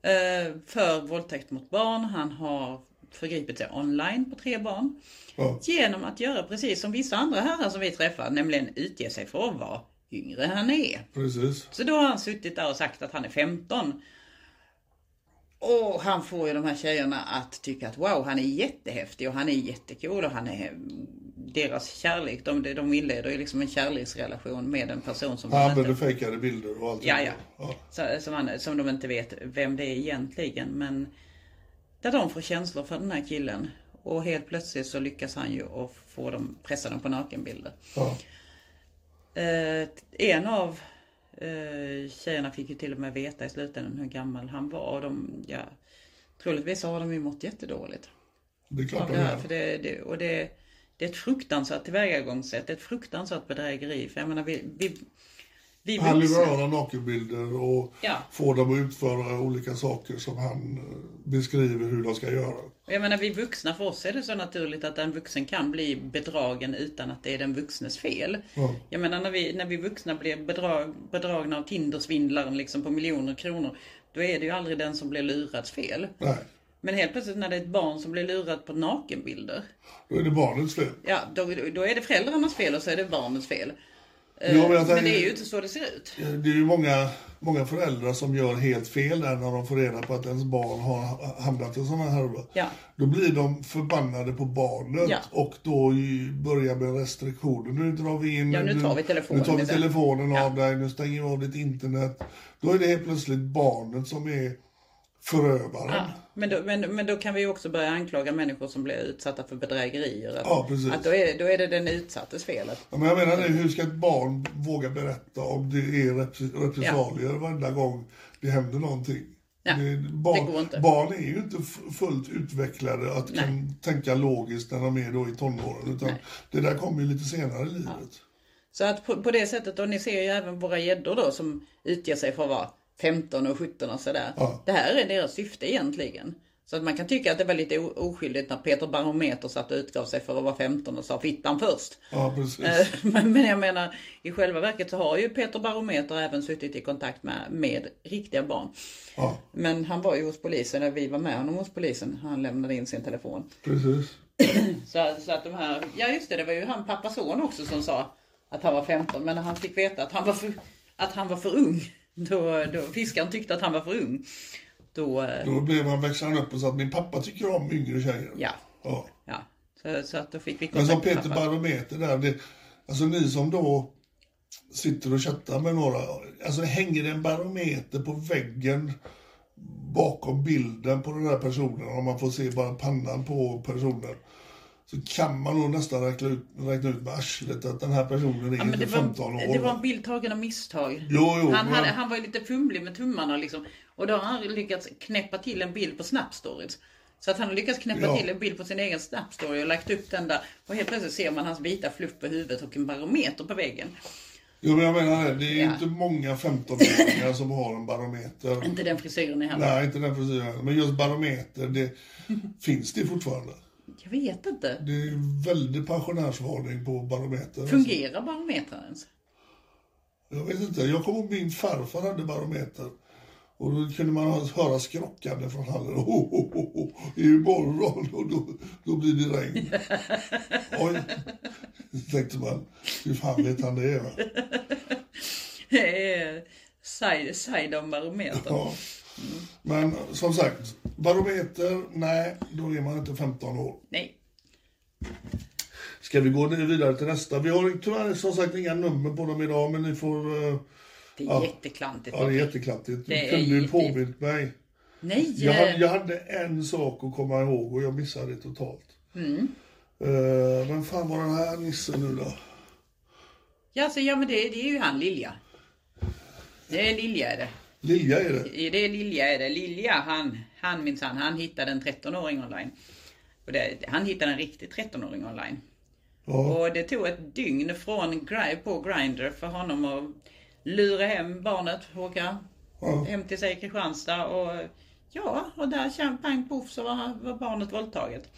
Speaker 2: eh, för våldtäkt mot barn. Han har förgripit sig online på tre barn.
Speaker 4: Ja.
Speaker 2: Genom att göra precis som vissa andra herrar som vi träffar, nämligen utge sig för att vara yngre än han är.
Speaker 4: Precis.
Speaker 2: Så då har han suttit där och sagt att han är 15. Och han får ju de här tjejerna att tycka att wow, han är jättehäftig och han är jättecool och han är mm, deras kärlek. De, de inleder ju liksom en kärleksrelation med en person som
Speaker 4: Han
Speaker 2: de
Speaker 4: använde
Speaker 2: inte,
Speaker 4: fejkade bilder och allt.
Speaker 2: Ja, ja.
Speaker 4: ja.
Speaker 2: så- som, han, som de inte vet vem det är egentligen. Men där de får känslor för den här killen. Och helt plötsligt så lyckas han ju att få dem, pressa dem på nakenbilder.
Speaker 4: ja.
Speaker 2: Eh, en av eh, tjejerna fick ju till och med veta i slutändan hur gammal han var. Och de, ja, troligtvis har de ju mått jättedåligt.
Speaker 4: Det är klart
Speaker 2: Av
Speaker 4: de
Speaker 2: det här, för
Speaker 4: gör.
Speaker 2: det, det, och det, det är ett fruktansvärt tillvägagångssätt. Det är ett fruktansvärt bedrägeri. För jag menar, vi, vi, vi
Speaker 4: Han lurar
Speaker 2: vuxna...
Speaker 4: av dem nakenbilder och
Speaker 2: Ja.
Speaker 4: får dem att utföra olika saker som han eh, beskriver hur de ska göra.
Speaker 2: Och Jag menar, vi vuxna, för oss är det så naturligt att en vuxen kan bli bedragen utan att det är den vuxnes fel.
Speaker 4: Ja.
Speaker 2: Jag menar, när vi, när vi vuxna blir bedrag, bedragna av Tindersvindlaren liksom på miljoner kronor, då är det ju aldrig den som blir lurads fel.
Speaker 4: Nej,
Speaker 2: Men helt plötsligt när det är ett barn som blir lurat på nakenbilder,
Speaker 4: då är det barnets fel.
Speaker 2: ja, då, då är det föräldrarnas fel och så är det barnets fel. Eh,
Speaker 4: Ja, men alltså-
Speaker 2: men
Speaker 4: jag tänker-
Speaker 2: det är ju inte så det ser ut.
Speaker 4: Eh, Det är ju många, många föräldrar som gör helt fel där när de får reda på att ens barn har hamnat i sådana härvor.
Speaker 2: Ja.
Speaker 4: Då blir de förbannade på barnet
Speaker 2: Ja.
Speaker 4: och då ju börjar med restriktioner. Nu drar vi in...
Speaker 2: Ja, nu tar vi telefonen
Speaker 4: Nu tar vi
Speaker 2: sen.
Speaker 4: telefonen
Speaker 2: Ja.
Speaker 4: av dig, nu stänger vi av ditt internet. Då är det helt plötsligt barnet som är förövaren.
Speaker 2: Ja, men, då, men, men då kan vi ju också börja anklaga människor som blir utsatta för bedrägerier. Att,
Speaker 4: Ja, precis.
Speaker 2: att då, är, då är det den utsattes fel. Att,
Speaker 4: Ja, men jag menar det, hur ska ett barn våga berätta om det är repre- repressalier varenda gång det händer någonting?
Speaker 2: Ja,
Speaker 4: det, barn,
Speaker 2: det går inte.
Speaker 4: barn är ju inte f- fullt utvecklade att
Speaker 2: Nej.
Speaker 4: kan tänka logiskt när de är då i tonåren. Utan det där kommer ju lite senare i livet.
Speaker 2: Så att på, på det sättet, och ni ser ju även våra gäddor då som utger sig för att vara 15 och 17 och sådär.
Speaker 4: Ja.
Speaker 2: Det här är deras syfte egentligen. Så att man kan tycka att det var lite o- oskyldigt när Peter Barometer satt och utgav sig för att vara 15 och sa fittan först.
Speaker 4: Ja, precis.
Speaker 2: Eh, Men men jag menar, i själva verket så har ju Peter Barometer även suttit i kontakt med, med riktiga barn.
Speaker 4: Ja,
Speaker 2: Men han var ju hos polisen, eller vi var med honom hos polisen, han lämnade in sin telefon.
Speaker 4: precis.
Speaker 2: Så, så att de här, ja just det, det var ju han pappason också som sa att han var 15, men när han fick veta att han var för, att han var för ung, då, då fiskaren tyckte att han var för ung, då, eh,
Speaker 4: Då blev han växlad upp och sa att min pappa tycker om yngre tjejer.
Speaker 2: ja,
Speaker 4: Ja.
Speaker 2: ja. Så, så att då fick vi
Speaker 4: Men som
Speaker 2: kontakt med
Speaker 4: Peter
Speaker 2: pappa.
Speaker 4: Barometer där, det, alltså ni som då sitter och chattar med några, alltså hänger det en barometer på väggen bakom bilden på den här personen, om man får se bara pannan på personen, så kan man nog nästan räkna ut, räkna ut med arslet att den här personen är
Speaker 2: Ja,
Speaker 4: inte
Speaker 2: men det,
Speaker 4: 15 år.
Speaker 2: var, det var en bild tagen av misstag.
Speaker 4: Jo, jo,
Speaker 2: han, hade,
Speaker 4: men-
Speaker 2: han var ju lite fumlig med tummarna liksom. Och då har han lyckats knäppa till en bild på Snapstories. Så att han har lyckats knäppa
Speaker 4: Ja.
Speaker 2: till en bild på sin egen Snapstory och lagt upp den där. Och helt plötsligt ser man hans vita fluff på huvudet och en barometer på väggen.
Speaker 4: Jo, men jag menar det, det är
Speaker 2: Ja.
Speaker 4: inte många 15-åringar som har en barometer.
Speaker 2: Inte den frisyren är heller.
Speaker 4: Nej, inte den frisyren. Men just barometer, det finns det fortfarande.
Speaker 2: Jag vet inte.
Speaker 4: Det är väldigt pensionärsvarning på barometer. alltså.
Speaker 2: Fungerar barometrar ens?
Speaker 4: Jag vet inte, jag kommer ihåg min farfar hade barometer. Och då kunde man höra skrockande från hallen. Oh, oh, oh, oh. Imorgon, och då, då blir det regn. Oj, tänkte man. Hur fan vet han det? Va?
Speaker 2: Eh, Side, side om barometern.
Speaker 4: Ja. Men som sagt, barometer, nej, då är man inte 15 år.
Speaker 2: Nej.
Speaker 4: Ska vi gå vidare till nästa? Vi har tyvärr som sagt inga nummer på dem idag, men ni får... eh,
Speaker 2: Det är
Speaker 4: Ja.
Speaker 2: jätteklantigt.
Speaker 4: Ja, det är jätteklantigt. Du
Speaker 2: Det är
Speaker 4: kunde ju
Speaker 2: jätte-
Speaker 4: påmint mig.
Speaker 2: Nej!
Speaker 4: Jag hade, jag hade en sak att komma ihåg och jag missade det totalt.
Speaker 2: Mm.
Speaker 4: Eh, vem fan var den här nissen nu då?
Speaker 2: Ja, så, ja men det, det är ju han Lilja. Det är Lilja är det.
Speaker 4: Lilja är det.
Speaker 2: I Det är Lilja är det. Lilja han, han minsann, han hittade en 13-åring online. Och det, han hittade en riktig 13-åring online.
Speaker 4: Ja.
Speaker 2: Och det tog ett dygn från Gri- på Grindr för honom att lura hem barnet, åka
Speaker 4: Ja.
Speaker 2: hem till sig i Kristianstad och ja, och där känn- pang poff så var, var barnet våldtaget.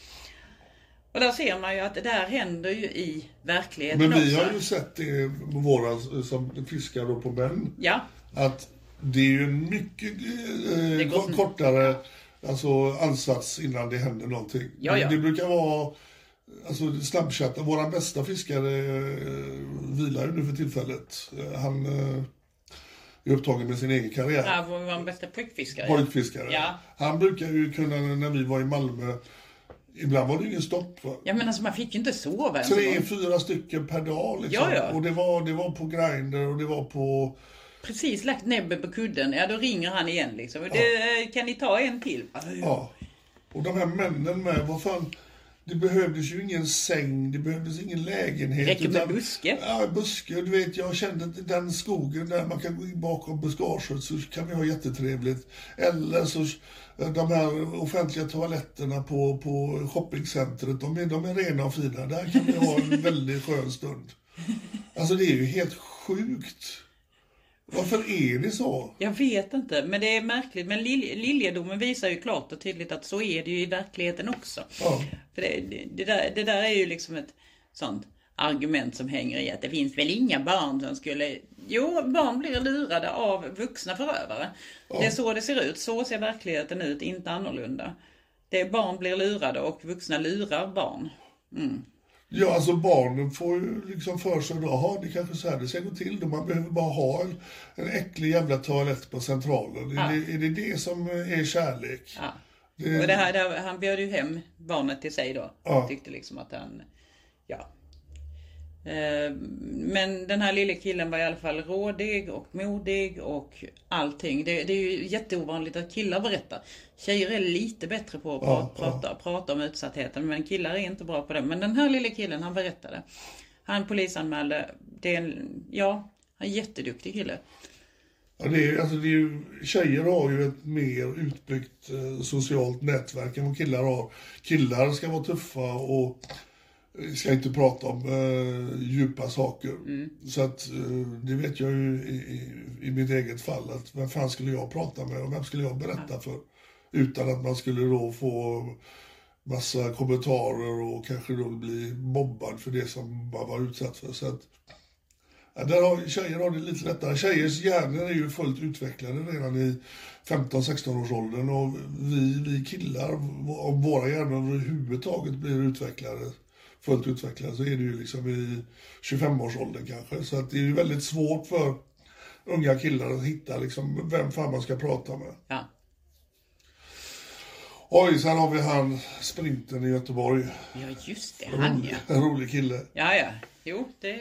Speaker 2: Och där ser man ju att det där händer ju i verkligheten
Speaker 4: Men
Speaker 2: också.
Speaker 4: vi har ju sett det våra som fiskar då på män.
Speaker 2: Ja,
Speaker 4: Att det är ju en mycket eh,
Speaker 2: Det går
Speaker 4: ko-
Speaker 2: snabbt.
Speaker 4: kortare alltså, ansats innan det händer någonting.
Speaker 2: Ja, ja.
Speaker 4: Det brukar vara alltså, snabbchatta. Våra bästa fiskare eh, vilar ju nu för tillfället. Eh, Han eh, är upptagen med sin egen karriär.
Speaker 2: där var vår bästa pojkfiskare.
Speaker 4: Pojkfiskare.
Speaker 2: Ja.
Speaker 4: Han brukar ju kunna, när vi var i Malmö, ibland var det ingen stopp. Va?
Speaker 2: Ja men alltså man fick ju inte sova ens. en
Speaker 4: Tre,
Speaker 2: gång.
Speaker 4: fyra stycken per dag. Liksom.
Speaker 2: Ja, ja.
Speaker 4: Och det var, det var på Grindr och det var på...
Speaker 2: Precis lagt näbben på kudden, ja då ringer han igen liksom. Du, eh, kan ni ta en till? Alltså,
Speaker 4: Ja. Och de här männen med, vad fan. Det behövdes ju ingen säng, det behövdes ingen lägenhet.
Speaker 2: Räcker med buske.
Speaker 4: Ja, buske. Du vet, jag kände att i den skogen där man kan gå in bakom buskaget så kan vi ha jättetrevligt. Eller så, eh, de här offentliga toaletterna på, på shoppingcentret, de är, de är rena och fina. Där kan vi ha en väldigt skön stund. Alltså det är ju helt sjukt. Varför är det så?
Speaker 2: Jag vet inte, men det är märkligt. Men lil- liljedomen visar ju klart och tydligt att så är det ju i verkligheten också.
Speaker 4: Ja.
Speaker 2: För det, det- det, där, det där är ju liksom ett sånt argument som hänger i att det finns väl inga barn som skulle... Jo, barn blir lurade av vuxna förövare. Det är så det ser ut. Så ser verkligheten ut, inte annorlunda. Det är barn blir lurade och vuxna lurar barn.
Speaker 4: Ja, alltså barnen får ju liksom för sig då, "Jaha, det kanske är så här det ska gå till då. Man behöver bara ha en, en äcklig jävla toalett på Centralen. Är, det, är det det som är kärlek?
Speaker 2: Ja.
Speaker 4: Det-
Speaker 2: Och det här, det här, han bjöd ju hem barnet till sig då.
Speaker 4: Ja.
Speaker 2: Tyckte liksom att han, ja. Eh, Men den här lille killen var i alla fall rådig och modig och allting. Det, det är ju jätteovanligt att killar berättar. Tjejer är lite bättre på att prata, prata, prata om utsattheten men killar är inte bra på det. Men den här lille killen han berättade. Han polisanmälde, det är en, ja, han är jätteduktig kille.
Speaker 4: Ja, det är, alltså det är ju, tjejer har ju ett mer utbyggt eh, socialt nätverk än vad killar har. Killar ska vara tuffa och ska inte prata om eh, djupa saker. Så att eh, det vet jag ju i, i, i mitt eget fall att vem fan skulle jag prata med och vem skulle jag berätta för? Utan att man skulle då få massa kommentarer och kanske då bli mobbad för det som man var utsatt för. Så att, Ja, där har, tjejer har det lite lättare. Tjejers hjärnor är ju fullt utvecklade redan i 15-16 års åldern och vi, vi killar, v- om våra hjärnor överhuvudtaget blir utvecklade, fullt utvecklade, så är det ju liksom i 25-årsåldern kanske. Så att det är ju väldigt svårt för unga killar att hitta liksom vem fan man ska prata med.
Speaker 2: Ja.
Speaker 4: Oj, sen har vi han sprinten i Göteborg.
Speaker 2: ja, just det, han ja.
Speaker 4: En rolig kille.
Speaker 2: Ja, ja. Jo, det...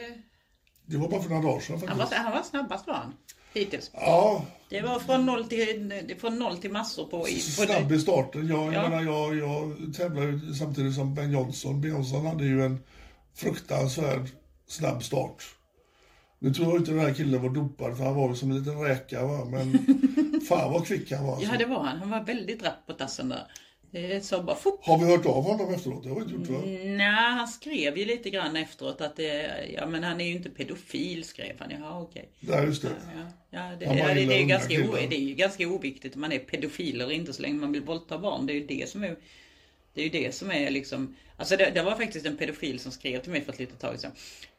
Speaker 4: Det var bara för några dagar sedan
Speaker 2: Han var,
Speaker 4: faktiskt.
Speaker 2: han var snabbast var han. hittills.
Speaker 4: Ja,
Speaker 2: Det var från noll till, från noll till massor på... i- på
Speaker 4: snabb i starten. Jag, jag,
Speaker 2: Ja.
Speaker 4: menar, jag, jag tävlar ju samtidigt som Ben Johnson. Ben Johnson hade ju en fruktansvärd snabb start. Nu tror jag inte den här killen var dopad för han var ju som en liten räka va? men fan vad kvick han var. Alltså.
Speaker 2: ja, det var han. Han var väldigt rapp på tassen där. Det sa bara fort.
Speaker 4: Har vi hört av honom efteråt? Det har vi inte gjort va?
Speaker 2: Nej, han skrev ju lite grann efteråt att det, ja men han är ju inte pedofil skrev han. Jaha okej.
Speaker 4: Nej just det.
Speaker 2: Ja, ja, det,
Speaker 4: Ja, man
Speaker 2: ja, det,
Speaker 4: gillar
Speaker 2: det, är ju
Speaker 4: unga
Speaker 2: ganska o,
Speaker 4: killar.
Speaker 2: det är ju ganska oviktigt om man är pedofil eller inte så länge man vill våldta barn. Det är ju det som är det är ju det som är liksom, alltså det, det var faktiskt en pedofil som skrev till mig för ett litet tag sedan.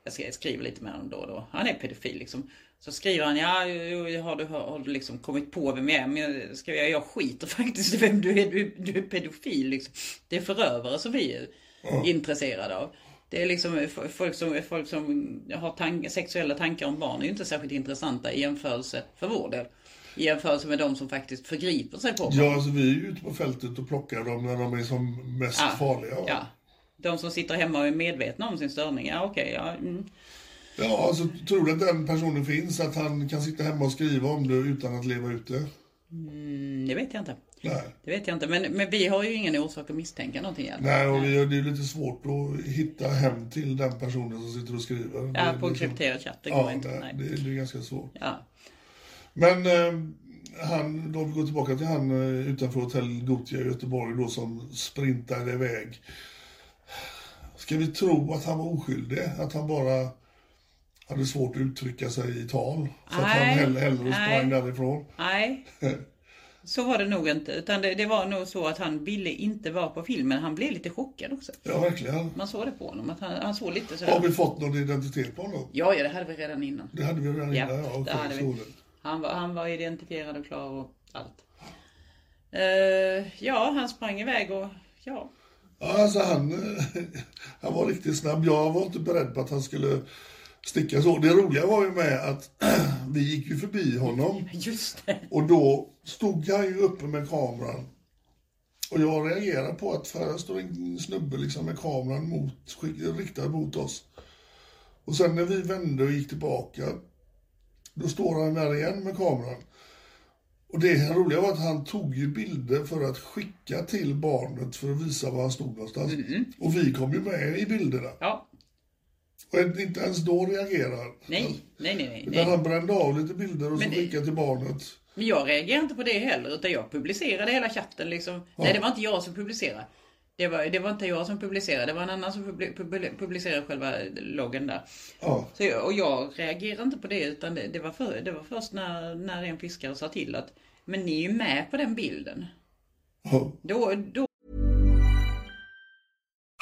Speaker 2: Jag skrev- jag skriver lite med honom då och då. Han är pedofil liksom. Så skriver han, ja jo, jo, har du, har, har du liksom kommit på vem jag är? Men jag skriver, jag, jag skiter faktiskt i vem du är, du, du är pedofil liksom. Det är förövare som vi är intresserade av. Det är liksom f- folk som, folk som har tank, sexuella tankar om barn är ju inte särskilt intressanta i jämförelse, för vår del, i jämförelse med de som faktiskt förgriper sig på barn.
Speaker 4: Ja, alltså, vi är ju ute på fältet och plockar dem när de är som mest
Speaker 2: Ja.
Speaker 4: farliga. va?
Speaker 2: Ja. De som sitter hemma och är medvetna om sin störning. Ja, okej. ja, mm.
Speaker 4: Ja, alltså tror du att den personen finns? Att han kan sitta hemma och skriva om det utan att leva ut det?
Speaker 2: Mm, det vet jag inte.
Speaker 4: Nej.
Speaker 2: Det vet jag inte. Men, men vi har ju ingen orsak att misstänka någonting. Jan.
Speaker 4: Nej, och det är det är lite svårt att hitta hem till den personen som sitter och skriver.
Speaker 2: Ja,
Speaker 4: Det-
Speaker 2: på en
Speaker 4: det-
Speaker 2: krypterad chatt. Det går
Speaker 4: Ja,
Speaker 2: inte.
Speaker 4: nej,
Speaker 2: Nej.
Speaker 4: det är det är ganska svårt.
Speaker 2: Ja.
Speaker 4: Men eh, han, då vi går tillbaka till han eh, utanför Hotell Gotia i Göteborg då som sprintade iväg. Ska vi tro att han var oskyldig? Att han bara hade svårt att uttrycka sig i tal? Så att han
Speaker 2: Nej,
Speaker 4: hellre, hellre sprang
Speaker 2: nej.
Speaker 4: därifrån?
Speaker 2: Nej. Så var det nog inte. Utan det, det var nog så att han ville inte vara på filmen. Han blev lite chockad också.
Speaker 4: Ja, verkligen.
Speaker 2: Man såg det på honom. Att han, han såg lite så
Speaker 4: Har
Speaker 2: här.
Speaker 4: vi fått någon identitet på honom?
Speaker 2: Ja, ja, det hade vi redan innan.
Speaker 4: Det hade vi redan
Speaker 2: Ja,
Speaker 4: innan. Ja,
Speaker 2: det
Speaker 4: okej,
Speaker 2: hade vi.
Speaker 4: så det.
Speaker 2: Han var, han var identifierad och klar och allt. Eh, ja, han sprang iväg och ja.
Speaker 4: Ja, alltså han, eh, han var riktigt snabb. Jag var inte beredd på att han skulle sticka så. Det roliga var ju med att vi gick ju förbi honom
Speaker 2: Just det.
Speaker 4: och då stod han ju uppe med kameran. Och jag reagerade på att för här står en snubbe liksom med kameran mot, skick- riktad mot oss. Och sen när vi vände och gick tillbaka, då står han där igen med kameran. Och det roliga var att han tog ju bilder för att skicka till barnet för att visa var han stod någonstans. Och vi kom ju med i bilderna.
Speaker 2: Ja.
Speaker 4: Och inte ens då reagerar
Speaker 2: Nej, nej, nej, nej.
Speaker 4: Utan
Speaker 2: nej.
Speaker 4: han brände av lite bilder och så
Speaker 2: Men det-
Speaker 4: skickade till barnet.
Speaker 2: Men jag reagerar inte på det heller, utan jag publicerade hela chatten liksom. Nej, det var inte jag som publicerade. Det var, det var inte jag som publicerade, det var en annan som publi- publi- publicerade själva loggen där.
Speaker 4: Ja.
Speaker 2: Så jag, och jag reagerade inte på det, utan det, det, var, för, det var först när, när en fiskare sa till att men ni är ju med på den bilden.
Speaker 4: Ja.
Speaker 2: Då, då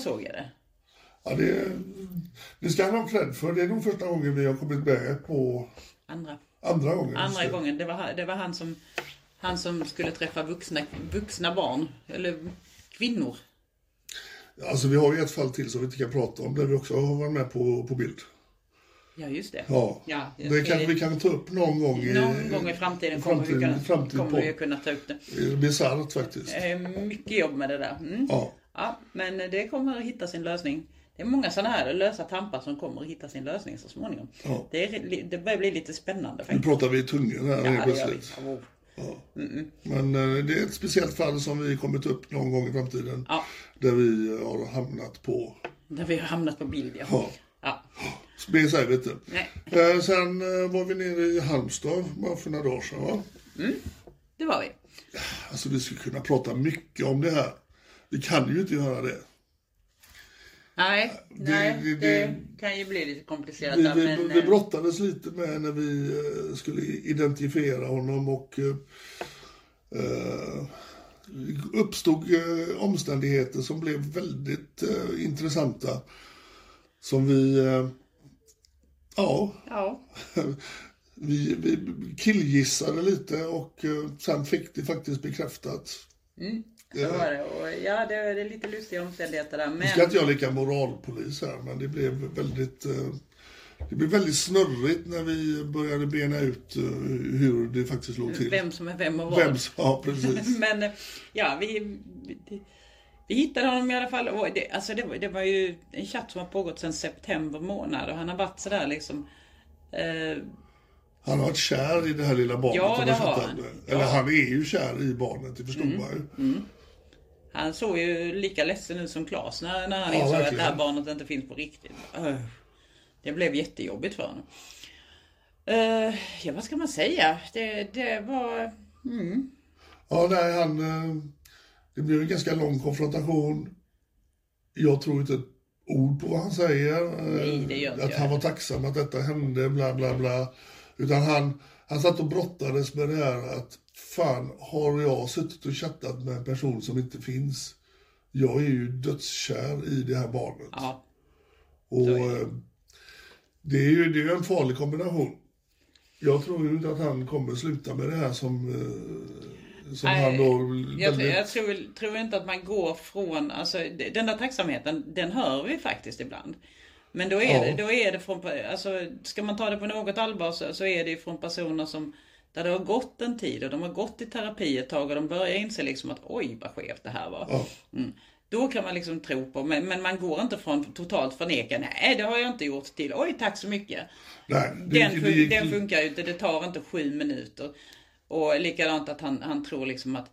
Speaker 2: såg jag det.
Speaker 4: Ja, det, det ska han ha cred för. Det är nog första gången vi har kommit med på
Speaker 2: Andra,
Speaker 4: andra gången.
Speaker 2: andra gången, det var, han- det var han som Han som skulle träffa vuxna, vuxna barn, eller kvinnor.
Speaker 4: Alltså vi har ju ett fall till som vi inte kan prata om, där vi också har varit med på, på bild.
Speaker 2: Ja, just det.
Speaker 4: Ja,
Speaker 2: Ja, jag
Speaker 4: det
Speaker 2: ska-
Speaker 4: kanske vi kan ta upp någon gång i...
Speaker 2: Någon gång i framtiden kommer,
Speaker 4: framtiden,
Speaker 2: vi, kunna,
Speaker 4: framtiden
Speaker 2: kommer vi
Speaker 4: på-
Speaker 2: kunna ta upp det.
Speaker 4: Det är bisarrt faktiskt.
Speaker 2: Det är mycket jobb med det där. Mm.
Speaker 4: Ja.
Speaker 2: Ja, men det kommer att hitta sin lösning. Det är många sådana här lösa tampar som kommer att hitta sin lösning så småningom.
Speaker 4: Ja.
Speaker 2: Det, är, det börjar bli lite spännande
Speaker 4: Nu
Speaker 2: faktiskt.
Speaker 4: pratar vi i tungor här helt
Speaker 2: Ja, det gör vi.
Speaker 4: plötsligt.
Speaker 2: Ja, wow.
Speaker 4: Men eh, det är ett speciellt fall som vi kommit upp någon gång i framtiden.
Speaker 2: Ja.
Speaker 4: Där vi eh, har hamnat på...
Speaker 2: Där vi har hamnat på bild, ja.
Speaker 4: Ja.
Speaker 2: ja.
Speaker 4: Det är så här, vet du.
Speaker 2: Nej,
Speaker 4: Eh, Sen eh, var vi nere i Halmstad bara för några dagar sedan. Va?
Speaker 2: det var vi.
Speaker 4: Alltså vi skulle kunna prata mycket om det här. Vi kan ju inte göra det.
Speaker 2: Nej,
Speaker 4: Det-
Speaker 2: nej
Speaker 4: det-
Speaker 2: det,
Speaker 4: det-
Speaker 2: kan ju bli lite komplicerat.
Speaker 4: Vi,
Speaker 2: där,
Speaker 4: vi,
Speaker 2: men,
Speaker 4: vi
Speaker 2: eh,
Speaker 4: brottades lite med när vi eh, skulle identifiera honom och eh, eh, uppstod eh, omständigheter som blev väldigt eh, intressanta. Som vi, eh, ja,
Speaker 2: ja,
Speaker 4: vi, vi killgissade lite och eh, sen fick det faktiskt bekräftat.
Speaker 2: så var det. Och, ja, det, det är lite lustiga omständigheter där.
Speaker 4: Nu ska
Speaker 2: Men
Speaker 4: inte jag leka moralpolis här, men det blev väldigt... eh, Det blev väldigt snurrigt när vi började bena ut eh, hur det faktiskt låg till.
Speaker 2: vem som är vem och vad.
Speaker 4: Vem som- Ja, precis.
Speaker 2: Men eh, ja, vi, vi, vi hittade honom i alla fall. Och det, alltså det, var, det var ju en chatt som har pågått sedan september månad och han har varit sådär liksom. Eh,
Speaker 4: Han har varit kär i det här lilla barnet.
Speaker 2: Ja,
Speaker 4: om jag
Speaker 2: det har
Speaker 4: fattar
Speaker 2: han. Mm.
Speaker 4: det. Eller han är ju kär i barnet, det förstod man ju.
Speaker 2: han såg ju lika ledsen ut som Klas när, när han
Speaker 4: Ja,
Speaker 2: insåg att
Speaker 4: verkligen.
Speaker 2: det här barnet inte finns på riktigt. Öh, Det blev jättejobbigt för honom. Eh, ja, vad ska man säga? Det, det var... Mm,
Speaker 4: Ja, nej, han... eh, Det blev en ganska lång konfrontation. Jag tror inte ett ord på vad han säger. eh,
Speaker 2: Nej, det gör inte
Speaker 4: Att
Speaker 2: jag.
Speaker 4: han var tacksam att detta hände, bla bla bla. Utan han, han satt och brottades med det här att fan, har jag suttit och chattat med en person som inte finns? Jag är ju dödskär i det här barnet.
Speaker 2: ja,
Speaker 4: Och
Speaker 2: Så är det.
Speaker 4: eh, det är ju det är ju en farlig kombination. Jag tror ju inte att han kommer sluta med det här som, eh, som
Speaker 2: Nej,
Speaker 4: han då...
Speaker 2: Jag, tror-
Speaker 4: väldigt-
Speaker 2: jag tror, tror inte att man går från, alltså d- den där tacksamheten, den hör vi faktiskt ibland. Men då är,
Speaker 4: Ja.
Speaker 2: det, då är det från, alltså ska man ta det på något allvar så, så är det ju från personer som, där det har gått en tid och de har gått i terapi ett tag och de börjar inse liksom att oj vad skevt det här var.
Speaker 4: Ja.
Speaker 2: Mm. Då kan man liksom tro på, men, men man går inte från totalt förneka, nej det har jag inte gjort till, oj tack så mycket.
Speaker 4: Nej, det,
Speaker 2: Den,
Speaker 4: det,
Speaker 2: fun- den funkar ju inte, det tar inte sju minuter. Och likadant att han, han tror liksom att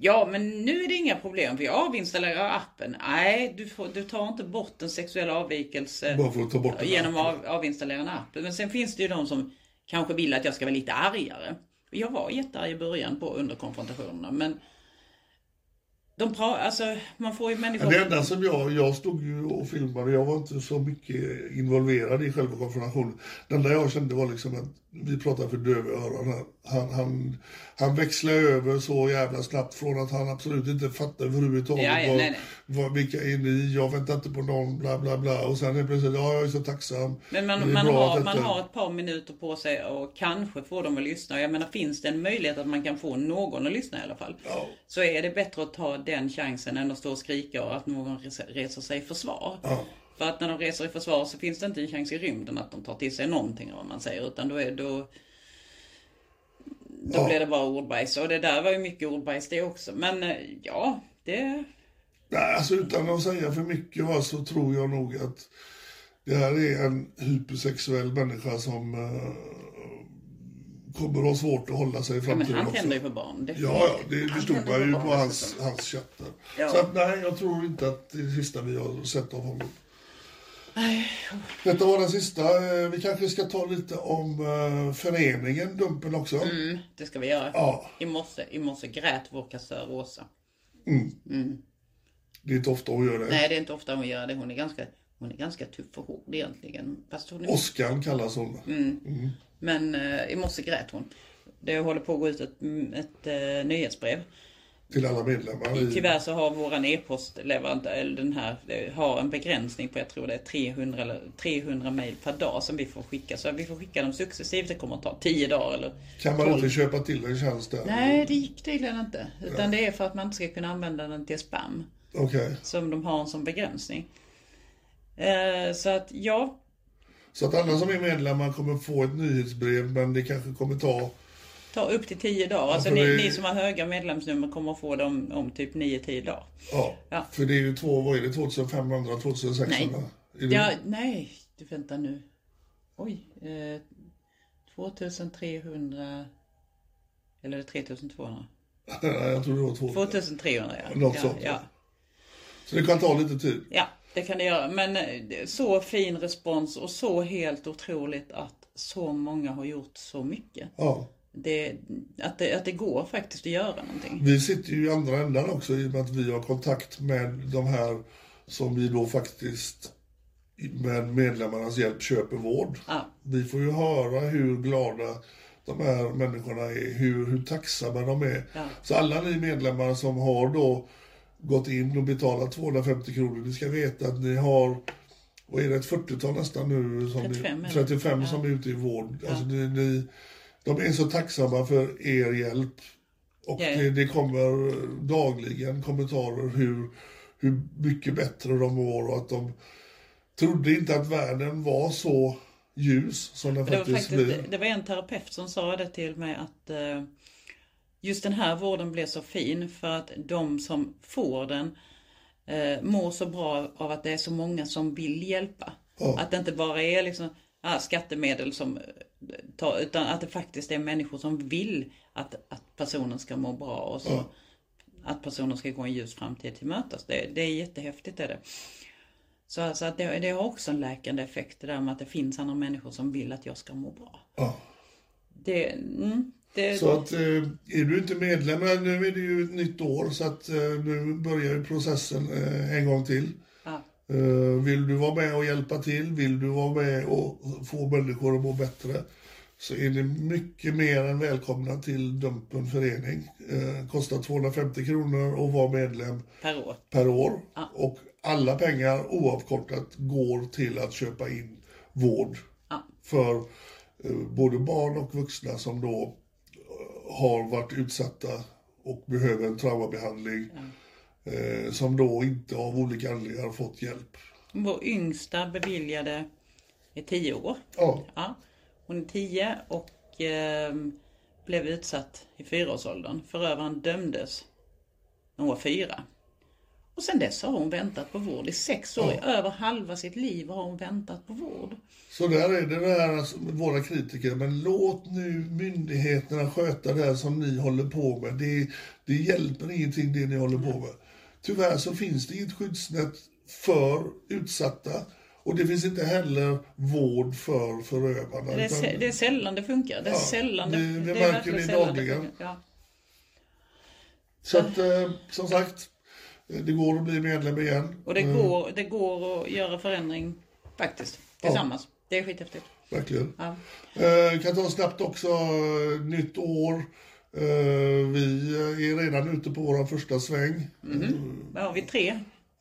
Speaker 2: Ja men nu är det inga problem för jag avinstallerar appen. Nej, du, får, du tar inte bort en sexuell avvikelse
Speaker 4: Bara för att ta bort den
Speaker 2: genom
Speaker 4: appen.
Speaker 2: att av, avinstallera en app. Men sen finns det ju de som kanske vill att jag ska vara lite argare. Och Jag var jättearg i början på under konfrontationerna men de pra, alltså, man får ju människor...
Speaker 4: det enda som jag, jag stod ju och filmade, jag var inte så mycket involverad i själva konfrontationen. Det enda jag kände var liksom att vi pratade för döva öron. här. Han, han, han växlade över så jävla snabbt från att han absolut inte fattade överhuvudtaget
Speaker 2: Ja, ja,
Speaker 4: vad,
Speaker 2: nej, nej.
Speaker 4: vad, vilka är ni, jag väntar inte på någon, bla bla bla. Och sen är plötsligt, ja jag är så tacksam.
Speaker 2: Men
Speaker 4: Det
Speaker 2: man,
Speaker 4: är
Speaker 2: man,
Speaker 4: bra
Speaker 2: har,
Speaker 4: att
Speaker 2: man
Speaker 4: detta-
Speaker 2: har ett par minuter på sig och kanske får dem att lyssna. Jag menar, finns det en möjlighet att man kan få någon att lyssna i alla fall?
Speaker 4: Ja.
Speaker 2: Så är det bättre att ta den chansen än att stå och skrika och att någon res- reser sig i försvar.
Speaker 4: Ja.
Speaker 2: För att när de reser i försvar så finns det inte en chans i rymden att de tar till sig någonting av vad man säger. Utan då, är, då, då
Speaker 4: Ja.
Speaker 2: blir det bara ordbajs. Och det där var ju mycket ordbajs det också. Men eh, ja, det...
Speaker 4: Nej, alltså utan att säga för mycket va, så tror jag nog att det här är en hypersexuell människa som eh, kommer att ha svårt att hålla sig i
Speaker 2: Ja, men
Speaker 4: framtiden
Speaker 2: han
Speaker 4: också.
Speaker 2: tänder ju på barn. Det,
Speaker 4: Ja, ja, det förstod
Speaker 2: tänder
Speaker 4: man
Speaker 2: på
Speaker 4: ju
Speaker 2: barn
Speaker 4: på hans,
Speaker 2: dessutom.
Speaker 4: hans chatter.
Speaker 2: Ja.
Speaker 4: Så att, nej, jag tror inte att det är det sista vi har sett av honom. Detta var den sista. Eh, Vi kanske ska ta lite om eh, föreningen Dumpen också.
Speaker 2: Mm, det ska vi göra.
Speaker 4: Ja.
Speaker 2: I morse, i morse grät vår kassör Åsa.
Speaker 4: Det är inte ofta hon gör det.
Speaker 2: Nej, det är inte ofta hon gör det. Hon är ganska, hon är ganska tuff och hård egentligen. Fast hon är...
Speaker 4: Oskar kallas hon.
Speaker 2: Mm. Men eh, i morse grät hon. Det håller på att gå ut ett, ett eh, mm, nyhetsbrev
Speaker 4: till alla medlemmar. i-
Speaker 2: Tyvärr så har våran e-postleverantör, eller den här, eh, har en begränsning på, jag tror det är 300, eller 300 mejl per dag som vi får skicka. Så vi får skicka dem successivt, det kommer att ta 10 dagar eller
Speaker 4: Kan man inte köpa till en tjänst där?
Speaker 2: Nej, det gick tydligen inte. Utan det är för att man inte ska kunna använda den till spam.
Speaker 4: Okej.
Speaker 2: Som de har en sån begränsning. Eh, Så att ja,
Speaker 4: Så att alla som är medlemmar kommer få ett nyhetsbrev, men det kanske kommer ta...
Speaker 2: ta upp till 10 dagar. Alltså
Speaker 4: för
Speaker 2: ni,
Speaker 4: det-
Speaker 2: ni som har höga medlemsnummer kommer att få dem om typ 9-10 dagar.
Speaker 4: Ja,
Speaker 2: Ja.
Speaker 4: för det är ju två, vad är det, 2500, 2600?
Speaker 2: Nej.
Speaker 4: Är det,
Speaker 2: Ja, nej, du vänta nu. Oj, eh, 2300 eller är det 3200?
Speaker 4: Nej, jag tror det var två.
Speaker 2: 2300 ja.
Speaker 4: Något
Speaker 2: ja,
Speaker 4: sånt,
Speaker 2: ja.
Speaker 4: Så det kan ta lite tid.
Speaker 2: ja, det kan det göra. Men eh, så fin respons och så helt otroligt att så många har gjort så mycket.
Speaker 4: Ja.
Speaker 2: Det, att, det, att det går faktiskt att göra någonting.
Speaker 4: Vi sitter ju i andra ändan också i och med att vi har kontakt med de här som vi då faktiskt med medlemmarnas hjälp köper vård.
Speaker 2: Ja.
Speaker 4: Vi får ju höra hur glada de här människorna är, hur, hur tacksamma de är.
Speaker 2: Ja.
Speaker 4: Så alla ni medlemmar som har då gått in och betalat 250 kronor, ni ska veta att ni har vad är det, ett 40-tal nästan nu? Som
Speaker 2: 35
Speaker 4: ni,
Speaker 2: eller?
Speaker 4: 35 som är ute i vård. Alltså ni, ni, de är så tacksamma för er hjälp. Och
Speaker 2: Ja, ja.
Speaker 4: det, det kommer dagligen kommentarer hur, hur mycket bättre de mår och att de trodde inte att världen var så ljus som den
Speaker 2: Det var,
Speaker 4: faktiskt,
Speaker 2: faktiskt,
Speaker 4: blir.
Speaker 2: det var en terapeut som sa det till mig att eh, just den här vården blev så fin för att de som får den eh, mår så bra av att det är så många som vill hjälpa. Att det inte bara är liksom, ah, skattemedel som eh, tar, utan att det faktiskt är människor som vill att, att personen ska må bra och så, att personen ska gå en ljus framtid till mötes. Det, det är jättehäftigt är det. Så alltså att det, det har också en läkande effekt det där med att det finns andra människor som vill att jag ska må bra.
Speaker 4: Ja.
Speaker 2: Det, mm, det,
Speaker 4: Så att eh, är du inte medlem, men nu är det ju ett nytt år så att eh, nu börjar ju processen eh, en gång till.
Speaker 2: ja,
Speaker 4: Eh, Vill du vara med och hjälpa till, vill du vara med och få människor att må bättre så är ni mycket mer än välkomna till Dumpen förening. Eh, Kostar 250 kronor att vara medlem
Speaker 2: per år.
Speaker 4: per år och alla pengar oavkortat går till att köpa in vård
Speaker 2: Ja.
Speaker 4: för eh, både barn och vuxna som då eh, har varit utsatta och behöver en traumabehandling eh, som då inte av olika anledningar har fått hjälp.
Speaker 2: Vår yngsta beviljade är 10 år.
Speaker 4: Ja,
Speaker 2: Ja, hon är 10 och ehm, blev utsatt i fyraårsåldern. Förövaren dömdes när hon var fyra. Och sen dess har hon väntat på vård i sex år. I över halva sitt liv har hon väntat på vård.
Speaker 4: så där är det det här alltså, med våra kritiker. Men låt nu myndigheterna sköta det här som ni håller på med. Det, det hjälper ingenting det ni håller på med. Tyvärr så finns det inget skyddsnät för utsatta och det finns inte heller vård för förövarna.
Speaker 2: Det är,
Speaker 4: utan-
Speaker 2: sä- det är sällan det funkar. Det är
Speaker 4: Ja,
Speaker 2: sällan det,
Speaker 4: det- det
Speaker 2: är
Speaker 4: märker
Speaker 2: verkligen
Speaker 4: vi
Speaker 2: sällan det
Speaker 4: dagligen.
Speaker 2: funkar. Ja.
Speaker 4: Så att, eh, som sagt, eh, det går att bli medlem igen.
Speaker 2: Och det går, det går att göra förändring faktiskt tillsammans. Det är skithäftigt.
Speaker 4: Verkligen.
Speaker 2: Ja.
Speaker 4: Eh, kan ta snabbt också, eh, nytt år. Eh, vi är redan ute på vår första sväng.
Speaker 2: Där har vi tre.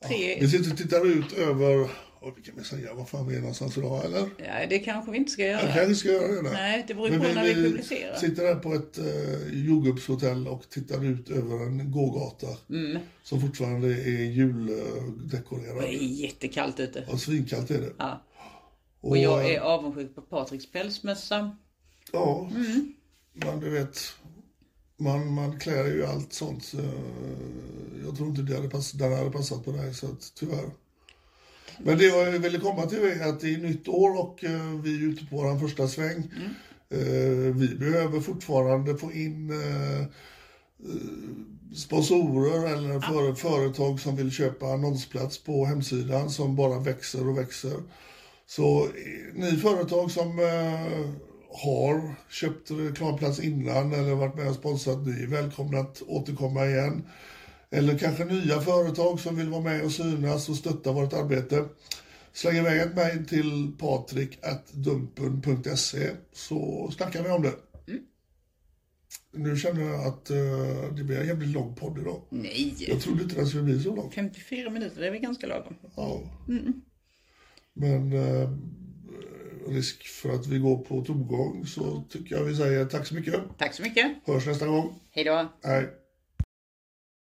Speaker 2: tre.
Speaker 4: Vi sitter och tittar ut över, oh, vi kan väl säga var fan vi är någonstans idag eller?
Speaker 2: Ja, det kanske vi inte ska göra.
Speaker 4: Jag kanske ska göra det. där.
Speaker 2: Nej, det beror ju
Speaker 4: Men
Speaker 2: på när vi publicerar.
Speaker 4: sitter här på ett eh, jordgubbshotell och tittar ut över en gågata
Speaker 2: Mm.
Speaker 4: som fortfarande är
Speaker 2: Det är
Speaker 4: juldekorerad.
Speaker 2: jättekallt ute.
Speaker 4: Och svinkallt är det.
Speaker 2: Ja.
Speaker 4: Och,
Speaker 2: Och jag
Speaker 4: eh,
Speaker 2: är avundsjuk på Patriks pälsmössa.
Speaker 4: Ja, men du vet, man, man klär ju allt sånt. så, eh, Jag tror inte det hade pass, den hade passat på dig, så att, tyvärr. Men det jag ville komma till är att det är nytt år och eh, vi är ute på vår första sväng. Eh, Vi behöver fortfarande få in eh, eh, sponsorer eller före- företag som vill köpa annonsplats på hemsidan som bara växer och växer. Så eh, ni företag som eh, har köpt reklamplats innan eller varit med och sponsrat, ni är välkomna att återkomma igen. Eller kanske nya företag som vill vara med och synas och stötta vårt arbete. Släng iväg ett mejl till patrik.dumpen.se så snackar vi om det. Nu känner jag att eh, det blir en jävligt lång podd idag.
Speaker 2: Nej.
Speaker 4: Jag trodde inte den skulle bli så lång.
Speaker 2: 54 minuter, det är väl ganska lagom.
Speaker 4: Ja. Men eh, risk för att vi går på tomgång så tycker jag vi säger tack så mycket.
Speaker 2: Tack så mycket.
Speaker 4: Hörs nästa gång.
Speaker 2: Hej då.
Speaker 4: Hej.